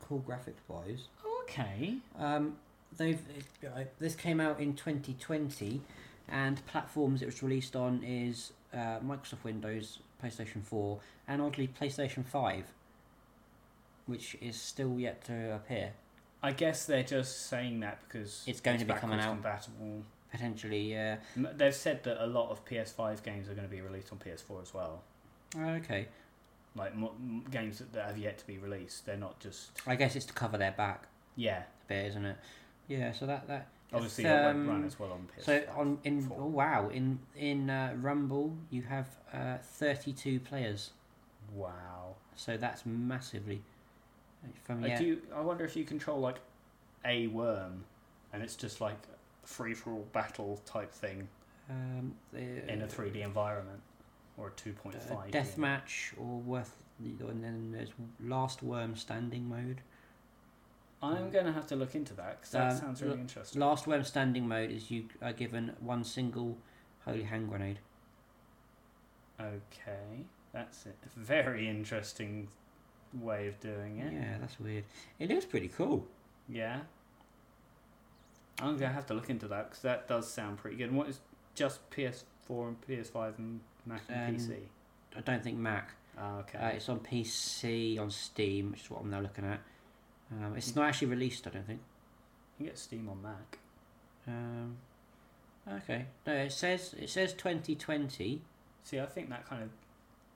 [SPEAKER 3] cool graphics wise.
[SPEAKER 1] Okay.
[SPEAKER 3] Um, they've it, uh, this came out in 2020, and platforms it was released on is uh, Microsoft Windows, PlayStation 4, and oddly PlayStation 5, which is still yet to appear.
[SPEAKER 1] I guess they're just saying that because
[SPEAKER 3] It's going to be coming
[SPEAKER 1] backwards
[SPEAKER 3] out.
[SPEAKER 1] compatible.
[SPEAKER 3] Potentially, uh,
[SPEAKER 1] M- They've said that a lot of PS5 games are going to be released on PS4 as well.
[SPEAKER 3] okay.
[SPEAKER 1] Like mo- m- games that, that have yet to be released, they're not just
[SPEAKER 3] I guess it's to cover their back
[SPEAKER 1] yeah.
[SPEAKER 3] a bit, isn't it? Yeah. So that that
[SPEAKER 1] Obviously,
[SPEAKER 3] it's,
[SPEAKER 1] that won't run
[SPEAKER 3] um,
[SPEAKER 1] as well on PS.
[SPEAKER 3] So on in
[SPEAKER 1] Four.
[SPEAKER 3] oh wow in in uh, Rumble you have uh, 32 players,
[SPEAKER 1] wow.
[SPEAKER 3] so that's massively uh, from
[SPEAKER 1] I
[SPEAKER 3] yeah.
[SPEAKER 1] do. you- I wonder if you control like a worm, and it's just like free for all battle type thing
[SPEAKER 3] um, the-
[SPEAKER 1] in a three D environment or a two point
[SPEAKER 3] uh,
[SPEAKER 1] five.
[SPEAKER 3] deathmatch or worth and then there's last worm standing mode
[SPEAKER 1] I'm going to have to look into that because that
[SPEAKER 3] Um,
[SPEAKER 1] sounds really
[SPEAKER 3] look-
[SPEAKER 1] interesting.
[SPEAKER 3] last worm standing mode is you are given one single holy hand grenade
[SPEAKER 1] Okay, that's a very interesting way of doing
[SPEAKER 3] yeah,
[SPEAKER 1] it.
[SPEAKER 3] that's weird it looks pretty cool
[SPEAKER 1] Yeah. I'm going to have to look into that because that does sound pretty good. And what is just PS4 and PS5 and Mac and
[SPEAKER 3] Um,
[SPEAKER 1] PC?
[SPEAKER 3] i don't think mac
[SPEAKER 1] Ah, okay.
[SPEAKER 3] uh, it's on pc on steam which is what i'm now looking at um,
[SPEAKER 1] Mm.
[SPEAKER 3] it's not actually released i don't think
[SPEAKER 1] you can get Steam on Mac.
[SPEAKER 3] um, okay no it says it says 2020
[SPEAKER 1] See, I think that kind of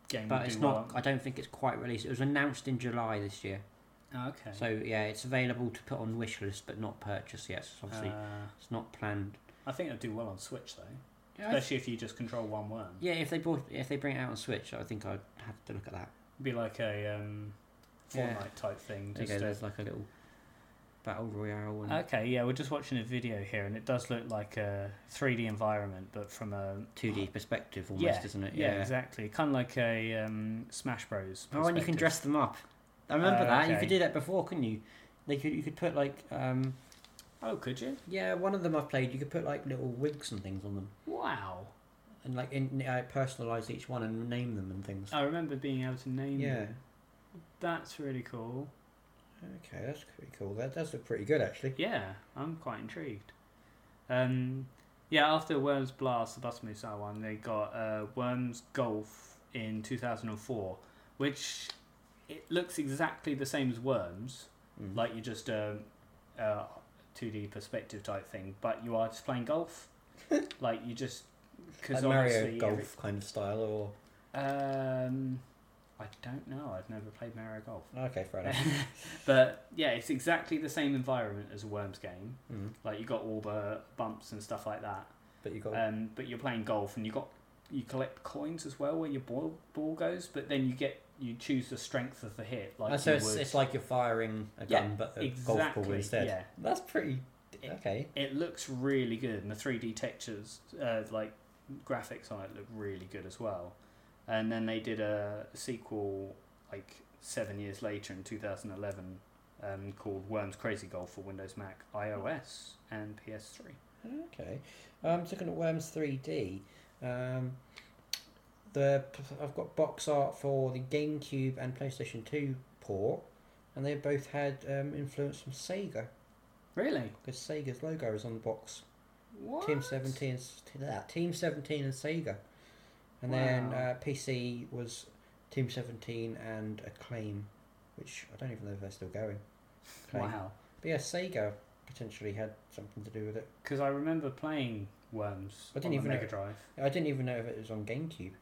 [SPEAKER 1] game
[SPEAKER 3] but
[SPEAKER 1] would
[SPEAKER 3] it's
[SPEAKER 1] do
[SPEAKER 3] not
[SPEAKER 1] well on-
[SPEAKER 3] i don't think it's quite released it was announced in july this year
[SPEAKER 1] Ah, Okay.
[SPEAKER 3] So yeah, it's available to put on wish list but not purchase yet. So obviously,
[SPEAKER 1] Uh,
[SPEAKER 3] it's not planned.
[SPEAKER 1] I think it'll do well on Switch though,
[SPEAKER 3] Yeah,
[SPEAKER 1] especially if you just control one worm.
[SPEAKER 3] if they bought, if they bring it out on Switch, I think I'd have to look at that.
[SPEAKER 1] It'd be like a um, Fortnite
[SPEAKER 3] Yeah.
[SPEAKER 1] type thing.
[SPEAKER 3] Okay,
[SPEAKER 1] Just a,
[SPEAKER 3] there's like a little. battle royale. And
[SPEAKER 1] Okay, yeah, we're just watching a video here, and it does look like a 3D environment, but from a
[SPEAKER 3] 2D perspective almost,
[SPEAKER 1] yeah,
[SPEAKER 3] isn't it?
[SPEAKER 1] Yeah, exactly. Kind of like a um, Smash Bros.
[SPEAKER 3] Oh, and you can
[SPEAKER 1] perspective.
[SPEAKER 3] dress them up. I remember
[SPEAKER 1] Oh,
[SPEAKER 3] that. You
[SPEAKER 1] okay.
[SPEAKER 3] could do that before, couldn't you? They could. You could put like, um,
[SPEAKER 1] Oh, could you?
[SPEAKER 3] yeah, one of them I've played. You could put like little wigs and things on them,
[SPEAKER 1] Wow.
[SPEAKER 3] and like in, uh, personalize each one and name them and things.
[SPEAKER 1] I remember being able to name.
[SPEAKER 3] yeah.
[SPEAKER 1] them. That's really cool.
[SPEAKER 3] Okay, that's pretty cool. That does look pretty good actually.
[SPEAKER 1] Yeah, I'm quite intrigued. Um, yeah, after Worms Blast, the Bus Moose one, they got uh, Worms Golf in 2004, which it looks exactly the same as Worms.
[SPEAKER 3] Mm.
[SPEAKER 1] like you're just um, a, a 2D perspective type thing, but you are just playing golf. like you just
[SPEAKER 3] Like
[SPEAKER 1] because
[SPEAKER 3] Mario
[SPEAKER 1] obviously
[SPEAKER 3] Golf
[SPEAKER 1] every-
[SPEAKER 3] kind of style, or
[SPEAKER 1] um, I don't know. I've never played Mario Golf,
[SPEAKER 3] okay, fair enough.
[SPEAKER 1] but yeah, it's exactly the same environment as a Worms game.
[SPEAKER 3] mm.
[SPEAKER 1] Like you got all the bumps and stuff like that,
[SPEAKER 3] But you got
[SPEAKER 1] um, but you're playing golf and you got you collect coins as well where your ball ball goes, but then you get you choose the strength of the hit. Like
[SPEAKER 3] Oh, so
[SPEAKER 1] you
[SPEAKER 3] it's,
[SPEAKER 1] would-
[SPEAKER 3] it's like you're firing a
[SPEAKER 1] Yeah,
[SPEAKER 3] gun, but a golf
[SPEAKER 1] exactly
[SPEAKER 3] ball instead.
[SPEAKER 1] yeah.
[SPEAKER 3] That's pretty. Okay.
[SPEAKER 1] it looks really good, and the three D textures, uh, like graphics on it, look really good as well. And then they did a sequel like seven years later in two thousand eleven, um, called Worms Crazy Golf for Windows, Mac, iOS, and PS three.
[SPEAKER 3] Okay. I'm um, just looking at Worms 3D. Um, the I've got box art for the GameCube and PlayStation 2 port, and they both had um, influence from Sega
[SPEAKER 1] Really?
[SPEAKER 3] because Sega's logo is on the box.
[SPEAKER 1] What?
[SPEAKER 3] Team 17, is- t- that Team 17 and Sega, and then
[SPEAKER 1] Wow.
[SPEAKER 3] uh, PC was Team 17 and Acclaim, which I don't even know if they're still going. Acclaim.
[SPEAKER 1] Wow.
[SPEAKER 3] But yeah, Sega potentially had something to do with it.
[SPEAKER 1] Because I remember playing Worms
[SPEAKER 3] I didn't
[SPEAKER 1] on the
[SPEAKER 3] even know-
[SPEAKER 1] Mega Drive.
[SPEAKER 3] I didn't even know if it was on GameCube.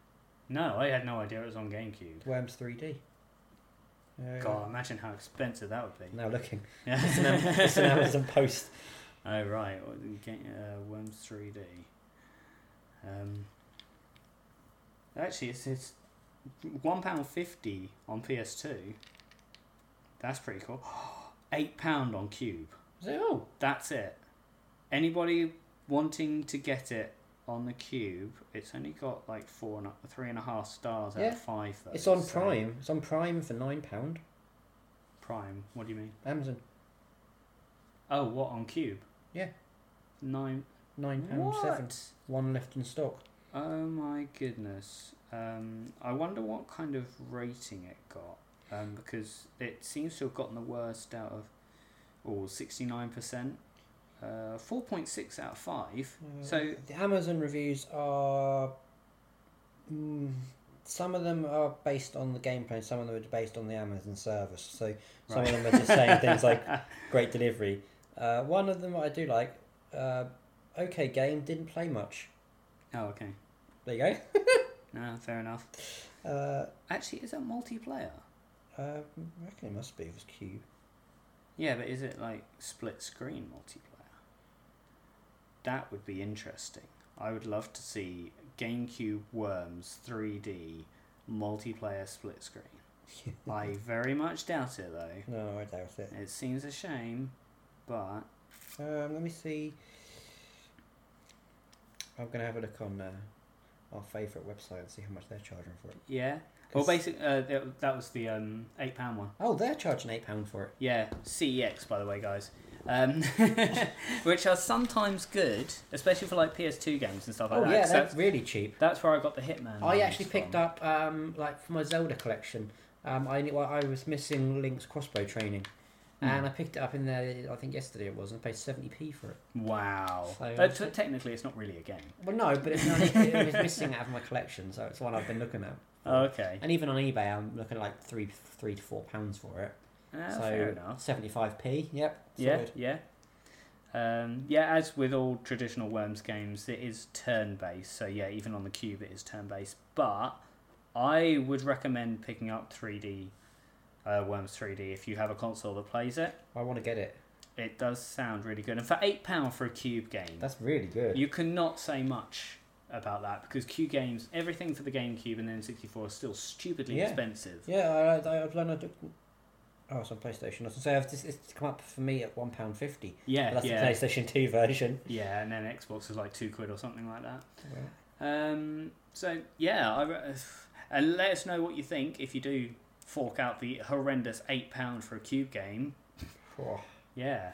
[SPEAKER 1] No, I had no idea it was on GameCube.
[SPEAKER 3] Worms 3D. Uh,
[SPEAKER 1] God, imagine how expensive that would be.
[SPEAKER 3] Now looking. It's an, Am- it's an Amazon post.
[SPEAKER 1] Oh right, Well, then get, uh, Worms three D. Um, actually, it's, it's one pound fifty on PS two. That's pretty cool. Eight pound on Cube.
[SPEAKER 3] Is it? Oh,
[SPEAKER 1] That's it. Anybody wanting to get it on the Cube, it's only got like four and a, three and a half stars out
[SPEAKER 3] Yeah.
[SPEAKER 1] of five. Though,
[SPEAKER 3] it's on
[SPEAKER 1] so-
[SPEAKER 3] Prime. It's on Prime for nine pound.
[SPEAKER 1] Prime. What do you mean?
[SPEAKER 3] Amazon
[SPEAKER 1] Oh, what on Cube?
[SPEAKER 3] Yeah.
[SPEAKER 1] Nine
[SPEAKER 3] nine pound seven. One left in stock.
[SPEAKER 1] Oh my goodness. Um, I wonder what kind of rating it got. Um, because it seems to have gotten the worst out of all 69%. Uh, 4.6 out of 5. So-
[SPEAKER 3] Uh, the Amazon reviews are. Mm, some of them are based on the gameplay. Some of them are based on the Amazon service. So some
[SPEAKER 1] Right.
[SPEAKER 3] of them are just saying things like great delivery. Uh, one of them I do like. Uh, okay, game didn't play much.
[SPEAKER 1] Oh, okay.
[SPEAKER 3] There you go.
[SPEAKER 1] No, fair enough.
[SPEAKER 3] Uh,
[SPEAKER 1] Actually, is that multiplayer?
[SPEAKER 3] uh, I reckon it must be. It was Cube.
[SPEAKER 1] Yeah, but is it like split screen multiplayer? That would be interesting. I would love to see GameCube Worms 3D multiplayer split screen. I very much doubt it though.
[SPEAKER 3] No, I doubt it.
[SPEAKER 1] It seems a shame, but
[SPEAKER 3] Um, let me see. I'm gonna have a look on uh, our favourite website and see how much they're charging for it.
[SPEAKER 1] yeah. Well,
[SPEAKER 3] 'Cause-
[SPEAKER 1] basically, uh, that, that was the um, eight pound one.
[SPEAKER 3] Oh, they're charging eight pound for it.
[SPEAKER 1] Yeah, CEX by the way, guys, um, which are sometimes good, especially for like PS2 games and stuff like
[SPEAKER 3] oh
[SPEAKER 1] that.
[SPEAKER 3] yeah,
[SPEAKER 1] 'cause
[SPEAKER 3] that's
[SPEAKER 1] that's,
[SPEAKER 3] really cheap.
[SPEAKER 1] that's where I got the Hitman.
[SPEAKER 3] I
[SPEAKER 1] ones
[SPEAKER 3] actually picked
[SPEAKER 1] from.
[SPEAKER 3] up um, like for my Zelda collection. Um, I knew well, I was missing Link's crossbow training, and I picked it up in there. I think yesterday it was, and I paid seventy p for it.
[SPEAKER 1] Wow.
[SPEAKER 3] So,
[SPEAKER 1] Uh,
[SPEAKER 3] um,
[SPEAKER 1] t- technically, it's not really a game.
[SPEAKER 3] Well, no, but it's not, it was missing out of my collection, so it's one I've been looking at.
[SPEAKER 1] okay.
[SPEAKER 3] And even on eBay, I'm looking at like three, three to four pounds for it.
[SPEAKER 1] Ah,
[SPEAKER 3] so
[SPEAKER 1] fair enough.
[SPEAKER 3] Seventy-five p. Yep.
[SPEAKER 1] Yeah,
[SPEAKER 3] sorted.
[SPEAKER 1] yeah. Um, yeah, as with all traditional Worms games, it is turn based. So, yeah, even on the Cube, it is turn based. But I would recommend picking up 3D, uh, Worms 3D, if you have a console that plays it.
[SPEAKER 3] I want to get it.
[SPEAKER 1] It does sound really good. And for £8 for a Cube game,
[SPEAKER 3] That's really good.
[SPEAKER 1] you cannot say much about that because Cube games, everything for the GameCube and the N64 is still stupidly
[SPEAKER 3] Yeah.
[SPEAKER 1] expensive.
[SPEAKER 3] Yeah, I, I, I've learned. I don't- Oh, it's on PlayStation. I was gonna say I've just, it's come up for me at one pound fifty.
[SPEAKER 1] Yeah,
[SPEAKER 3] That's
[SPEAKER 1] yeah,
[SPEAKER 3] the PlayStation Two version.
[SPEAKER 1] yeah. And then Xbox was like two quid or something like that. Um, so yeah, I, re- and let us know what you think if you do fork out the horrendous eight pound for a cube game.
[SPEAKER 3] Oh,
[SPEAKER 1] Yeah.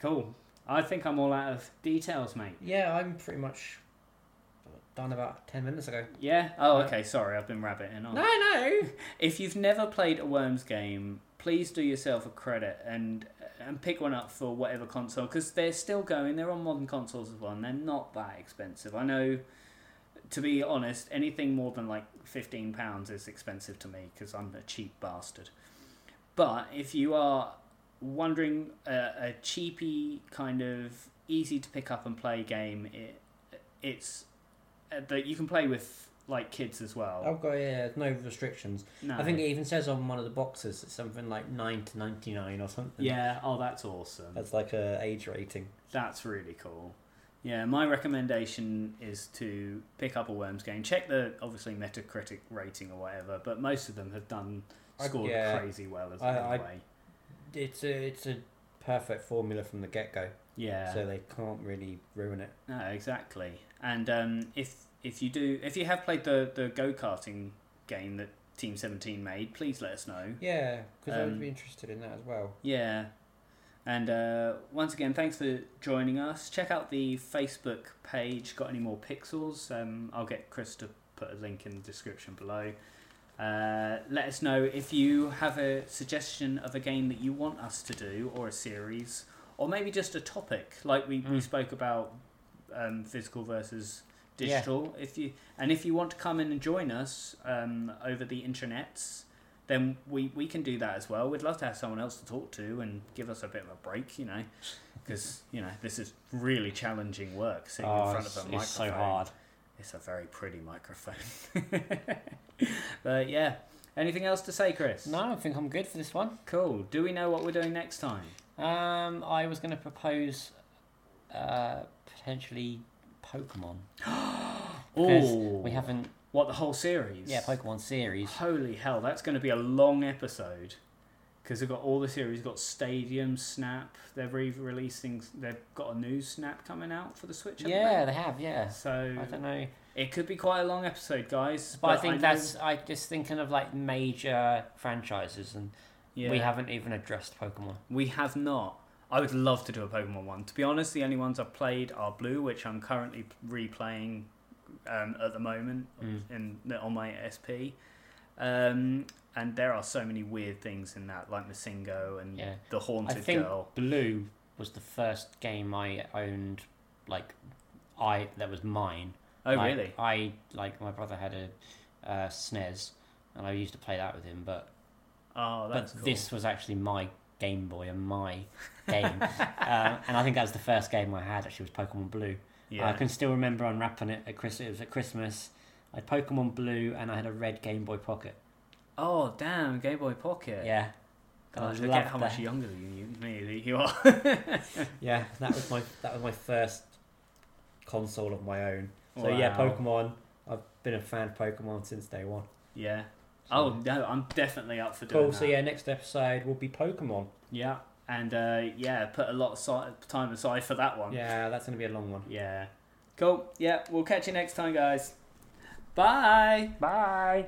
[SPEAKER 1] Cool. I think I'm all out of details, mate.
[SPEAKER 3] Yeah, I'm pretty much done about ten minutes ago.
[SPEAKER 1] Yeah. Oh,
[SPEAKER 3] Uh,
[SPEAKER 1] okay. Sorry, I've been rabbiting on.
[SPEAKER 3] No, no.
[SPEAKER 1] If you've never played a Worms game, please do yourself a credit and and pick one up for whatever console because they're still going. They're on modern consoles as well, and they're not that expensive. I know. To be honest, anything more than like fifteen pounds is expensive to me because I'm a cheap bastard. But if you are wondering a, a cheapy kind of easy to pick up and play game, it it's uh, that you can play with like kids as well.
[SPEAKER 3] Oh god, yeah, no restrictions.
[SPEAKER 1] no.
[SPEAKER 3] I think it even says on one of the boxes it's something like nine to ninety nine or something.
[SPEAKER 1] Yeah, oh, that's awesome.
[SPEAKER 3] That's like a age rating.
[SPEAKER 1] That's really cool. Yeah, my recommendation is to pick up a Worms game. Check the obviously Metacritic rating or whatever, but most of them have done
[SPEAKER 3] I-
[SPEAKER 1] scored
[SPEAKER 3] yeah.
[SPEAKER 1] crazy well as
[SPEAKER 3] I- I-
[SPEAKER 1] anyway.
[SPEAKER 3] It's a it's a perfect formula from the get go.
[SPEAKER 1] yeah,
[SPEAKER 3] So they can't really ruin it.
[SPEAKER 1] no, exactly. And um, if if you do, if you have played the the go karting game that Team Seventeen made, please let us know.
[SPEAKER 3] Yeah, because I
[SPEAKER 1] Um,
[SPEAKER 3] would be interested in that as well.
[SPEAKER 1] Yeah. And uh, once again, thanks for joining us. Check out the Facebook page, Got Any More Pixels? Um, I'll get Chris to put a link in the description below. Uh, let us know if you have a suggestion of a game that you want us to do, or a series, or maybe just a topic, like we, we
[SPEAKER 2] Mm.
[SPEAKER 1] spoke about um, physical versus
[SPEAKER 2] Yeah.
[SPEAKER 1] digital. If you and if you want to come in and join us um, over the intranets, then we, we can do that as well. We'd love to have someone else to talk to and give us a bit of a break, you know, because you know this is really challenging work sitting
[SPEAKER 3] Oh,
[SPEAKER 2] Oh,
[SPEAKER 1] in front of a microphone. It's a very pretty microphone. but yeah, anything else to say, Chris?
[SPEAKER 2] No, I think I'm good for this one.
[SPEAKER 1] Cool. Do we know what we're doing next time?
[SPEAKER 2] Um, I was going to propose uh, potentially Pokemon. Because
[SPEAKER 1] Oh,
[SPEAKER 2] We haven't.
[SPEAKER 1] what the whole series?
[SPEAKER 2] Yeah, Pokemon series.
[SPEAKER 1] Holy hell, that's going to be a long episode because they've got all the series. They've got Stadium Snap. They're re-releasing. They've got a new Snap coming out for the Switch. haven't
[SPEAKER 2] Yeah, they have.
[SPEAKER 1] they?
[SPEAKER 2] Yeah.
[SPEAKER 1] So
[SPEAKER 2] I don't know,
[SPEAKER 1] it could be quite a long episode, guys.
[SPEAKER 2] but, I think
[SPEAKER 1] know-
[SPEAKER 2] that's I just thinking of like major franchises, and
[SPEAKER 1] yeah.
[SPEAKER 2] we haven't even addressed Pokemon.
[SPEAKER 1] We have not. I would love to do a Pokemon one. To be honest, the only ones I've played are Blue, which I'm currently replaying um, at the moment
[SPEAKER 2] Mm.
[SPEAKER 1] in on my SP. Um, and there are so many weird things in that, like Masingo and
[SPEAKER 2] Yeah.
[SPEAKER 1] the Haunted
[SPEAKER 2] I think
[SPEAKER 1] Girl.
[SPEAKER 2] Blue was the first game I owned, like I that was mine.
[SPEAKER 1] Oh,
[SPEAKER 2] Like,
[SPEAKER 1] really?
[SPEAKER 2] I like my brother had a uh, SNES, and I used to play that with him. But
[SPEAKER 1] Oh,
[SPEAKER 2] but
[SPEAKER 1] that's cool.
[SPEAKER 2] this was actually my Game Boy and my game, um, and I think that was the first game I had. Actually, was Pokemon Blue. I
[SPEAKER 1] yeah.
[SPEAKER 2] can still remember unwrapping it at Christmas. It was at Christmas. I had Pokemon Blue, and I had a red Game Boy Pocket.
[SPEAKER 1] Oh, damn, Game Boy Pocket.
[SPEAKER 2] Yeah, And I
[SPEAKER 1] Gosh, I forget
[SPEAKER 2] loved
[SPEAKER 1] how much
[SPEAKER 2] that.
[SPEAKER 1] younger you, you, you are.
[SPEAKER 3] Yeah, that was my that was my first console of my own. So yeah,
[SPEAKER 1] Wow.
[SPEAKER 3] Pokemon. I've been a fan of Pokemon since day one.
[SPEAKER 1] Yeah.
[SPEAKER 3] So-
[SPEAKER 1] Oh no, I'm definitely up for doing
[SPEAKER 3] Cool.
[SPEAKER 1] that.
[SPEAKER 3] So yeah, next episode will be Pokemon.
[SPEAKER 1] Yeah, and uh, yeah, put a lot of si- time aside for that one.
[SPEAKER 3] Yeah, that's gonna be a long one.
[SPEAKER 1] Yeah. Cool. Yeah, we'll catch you next time, guys. Bye.
[SPEAKER 2] Bye.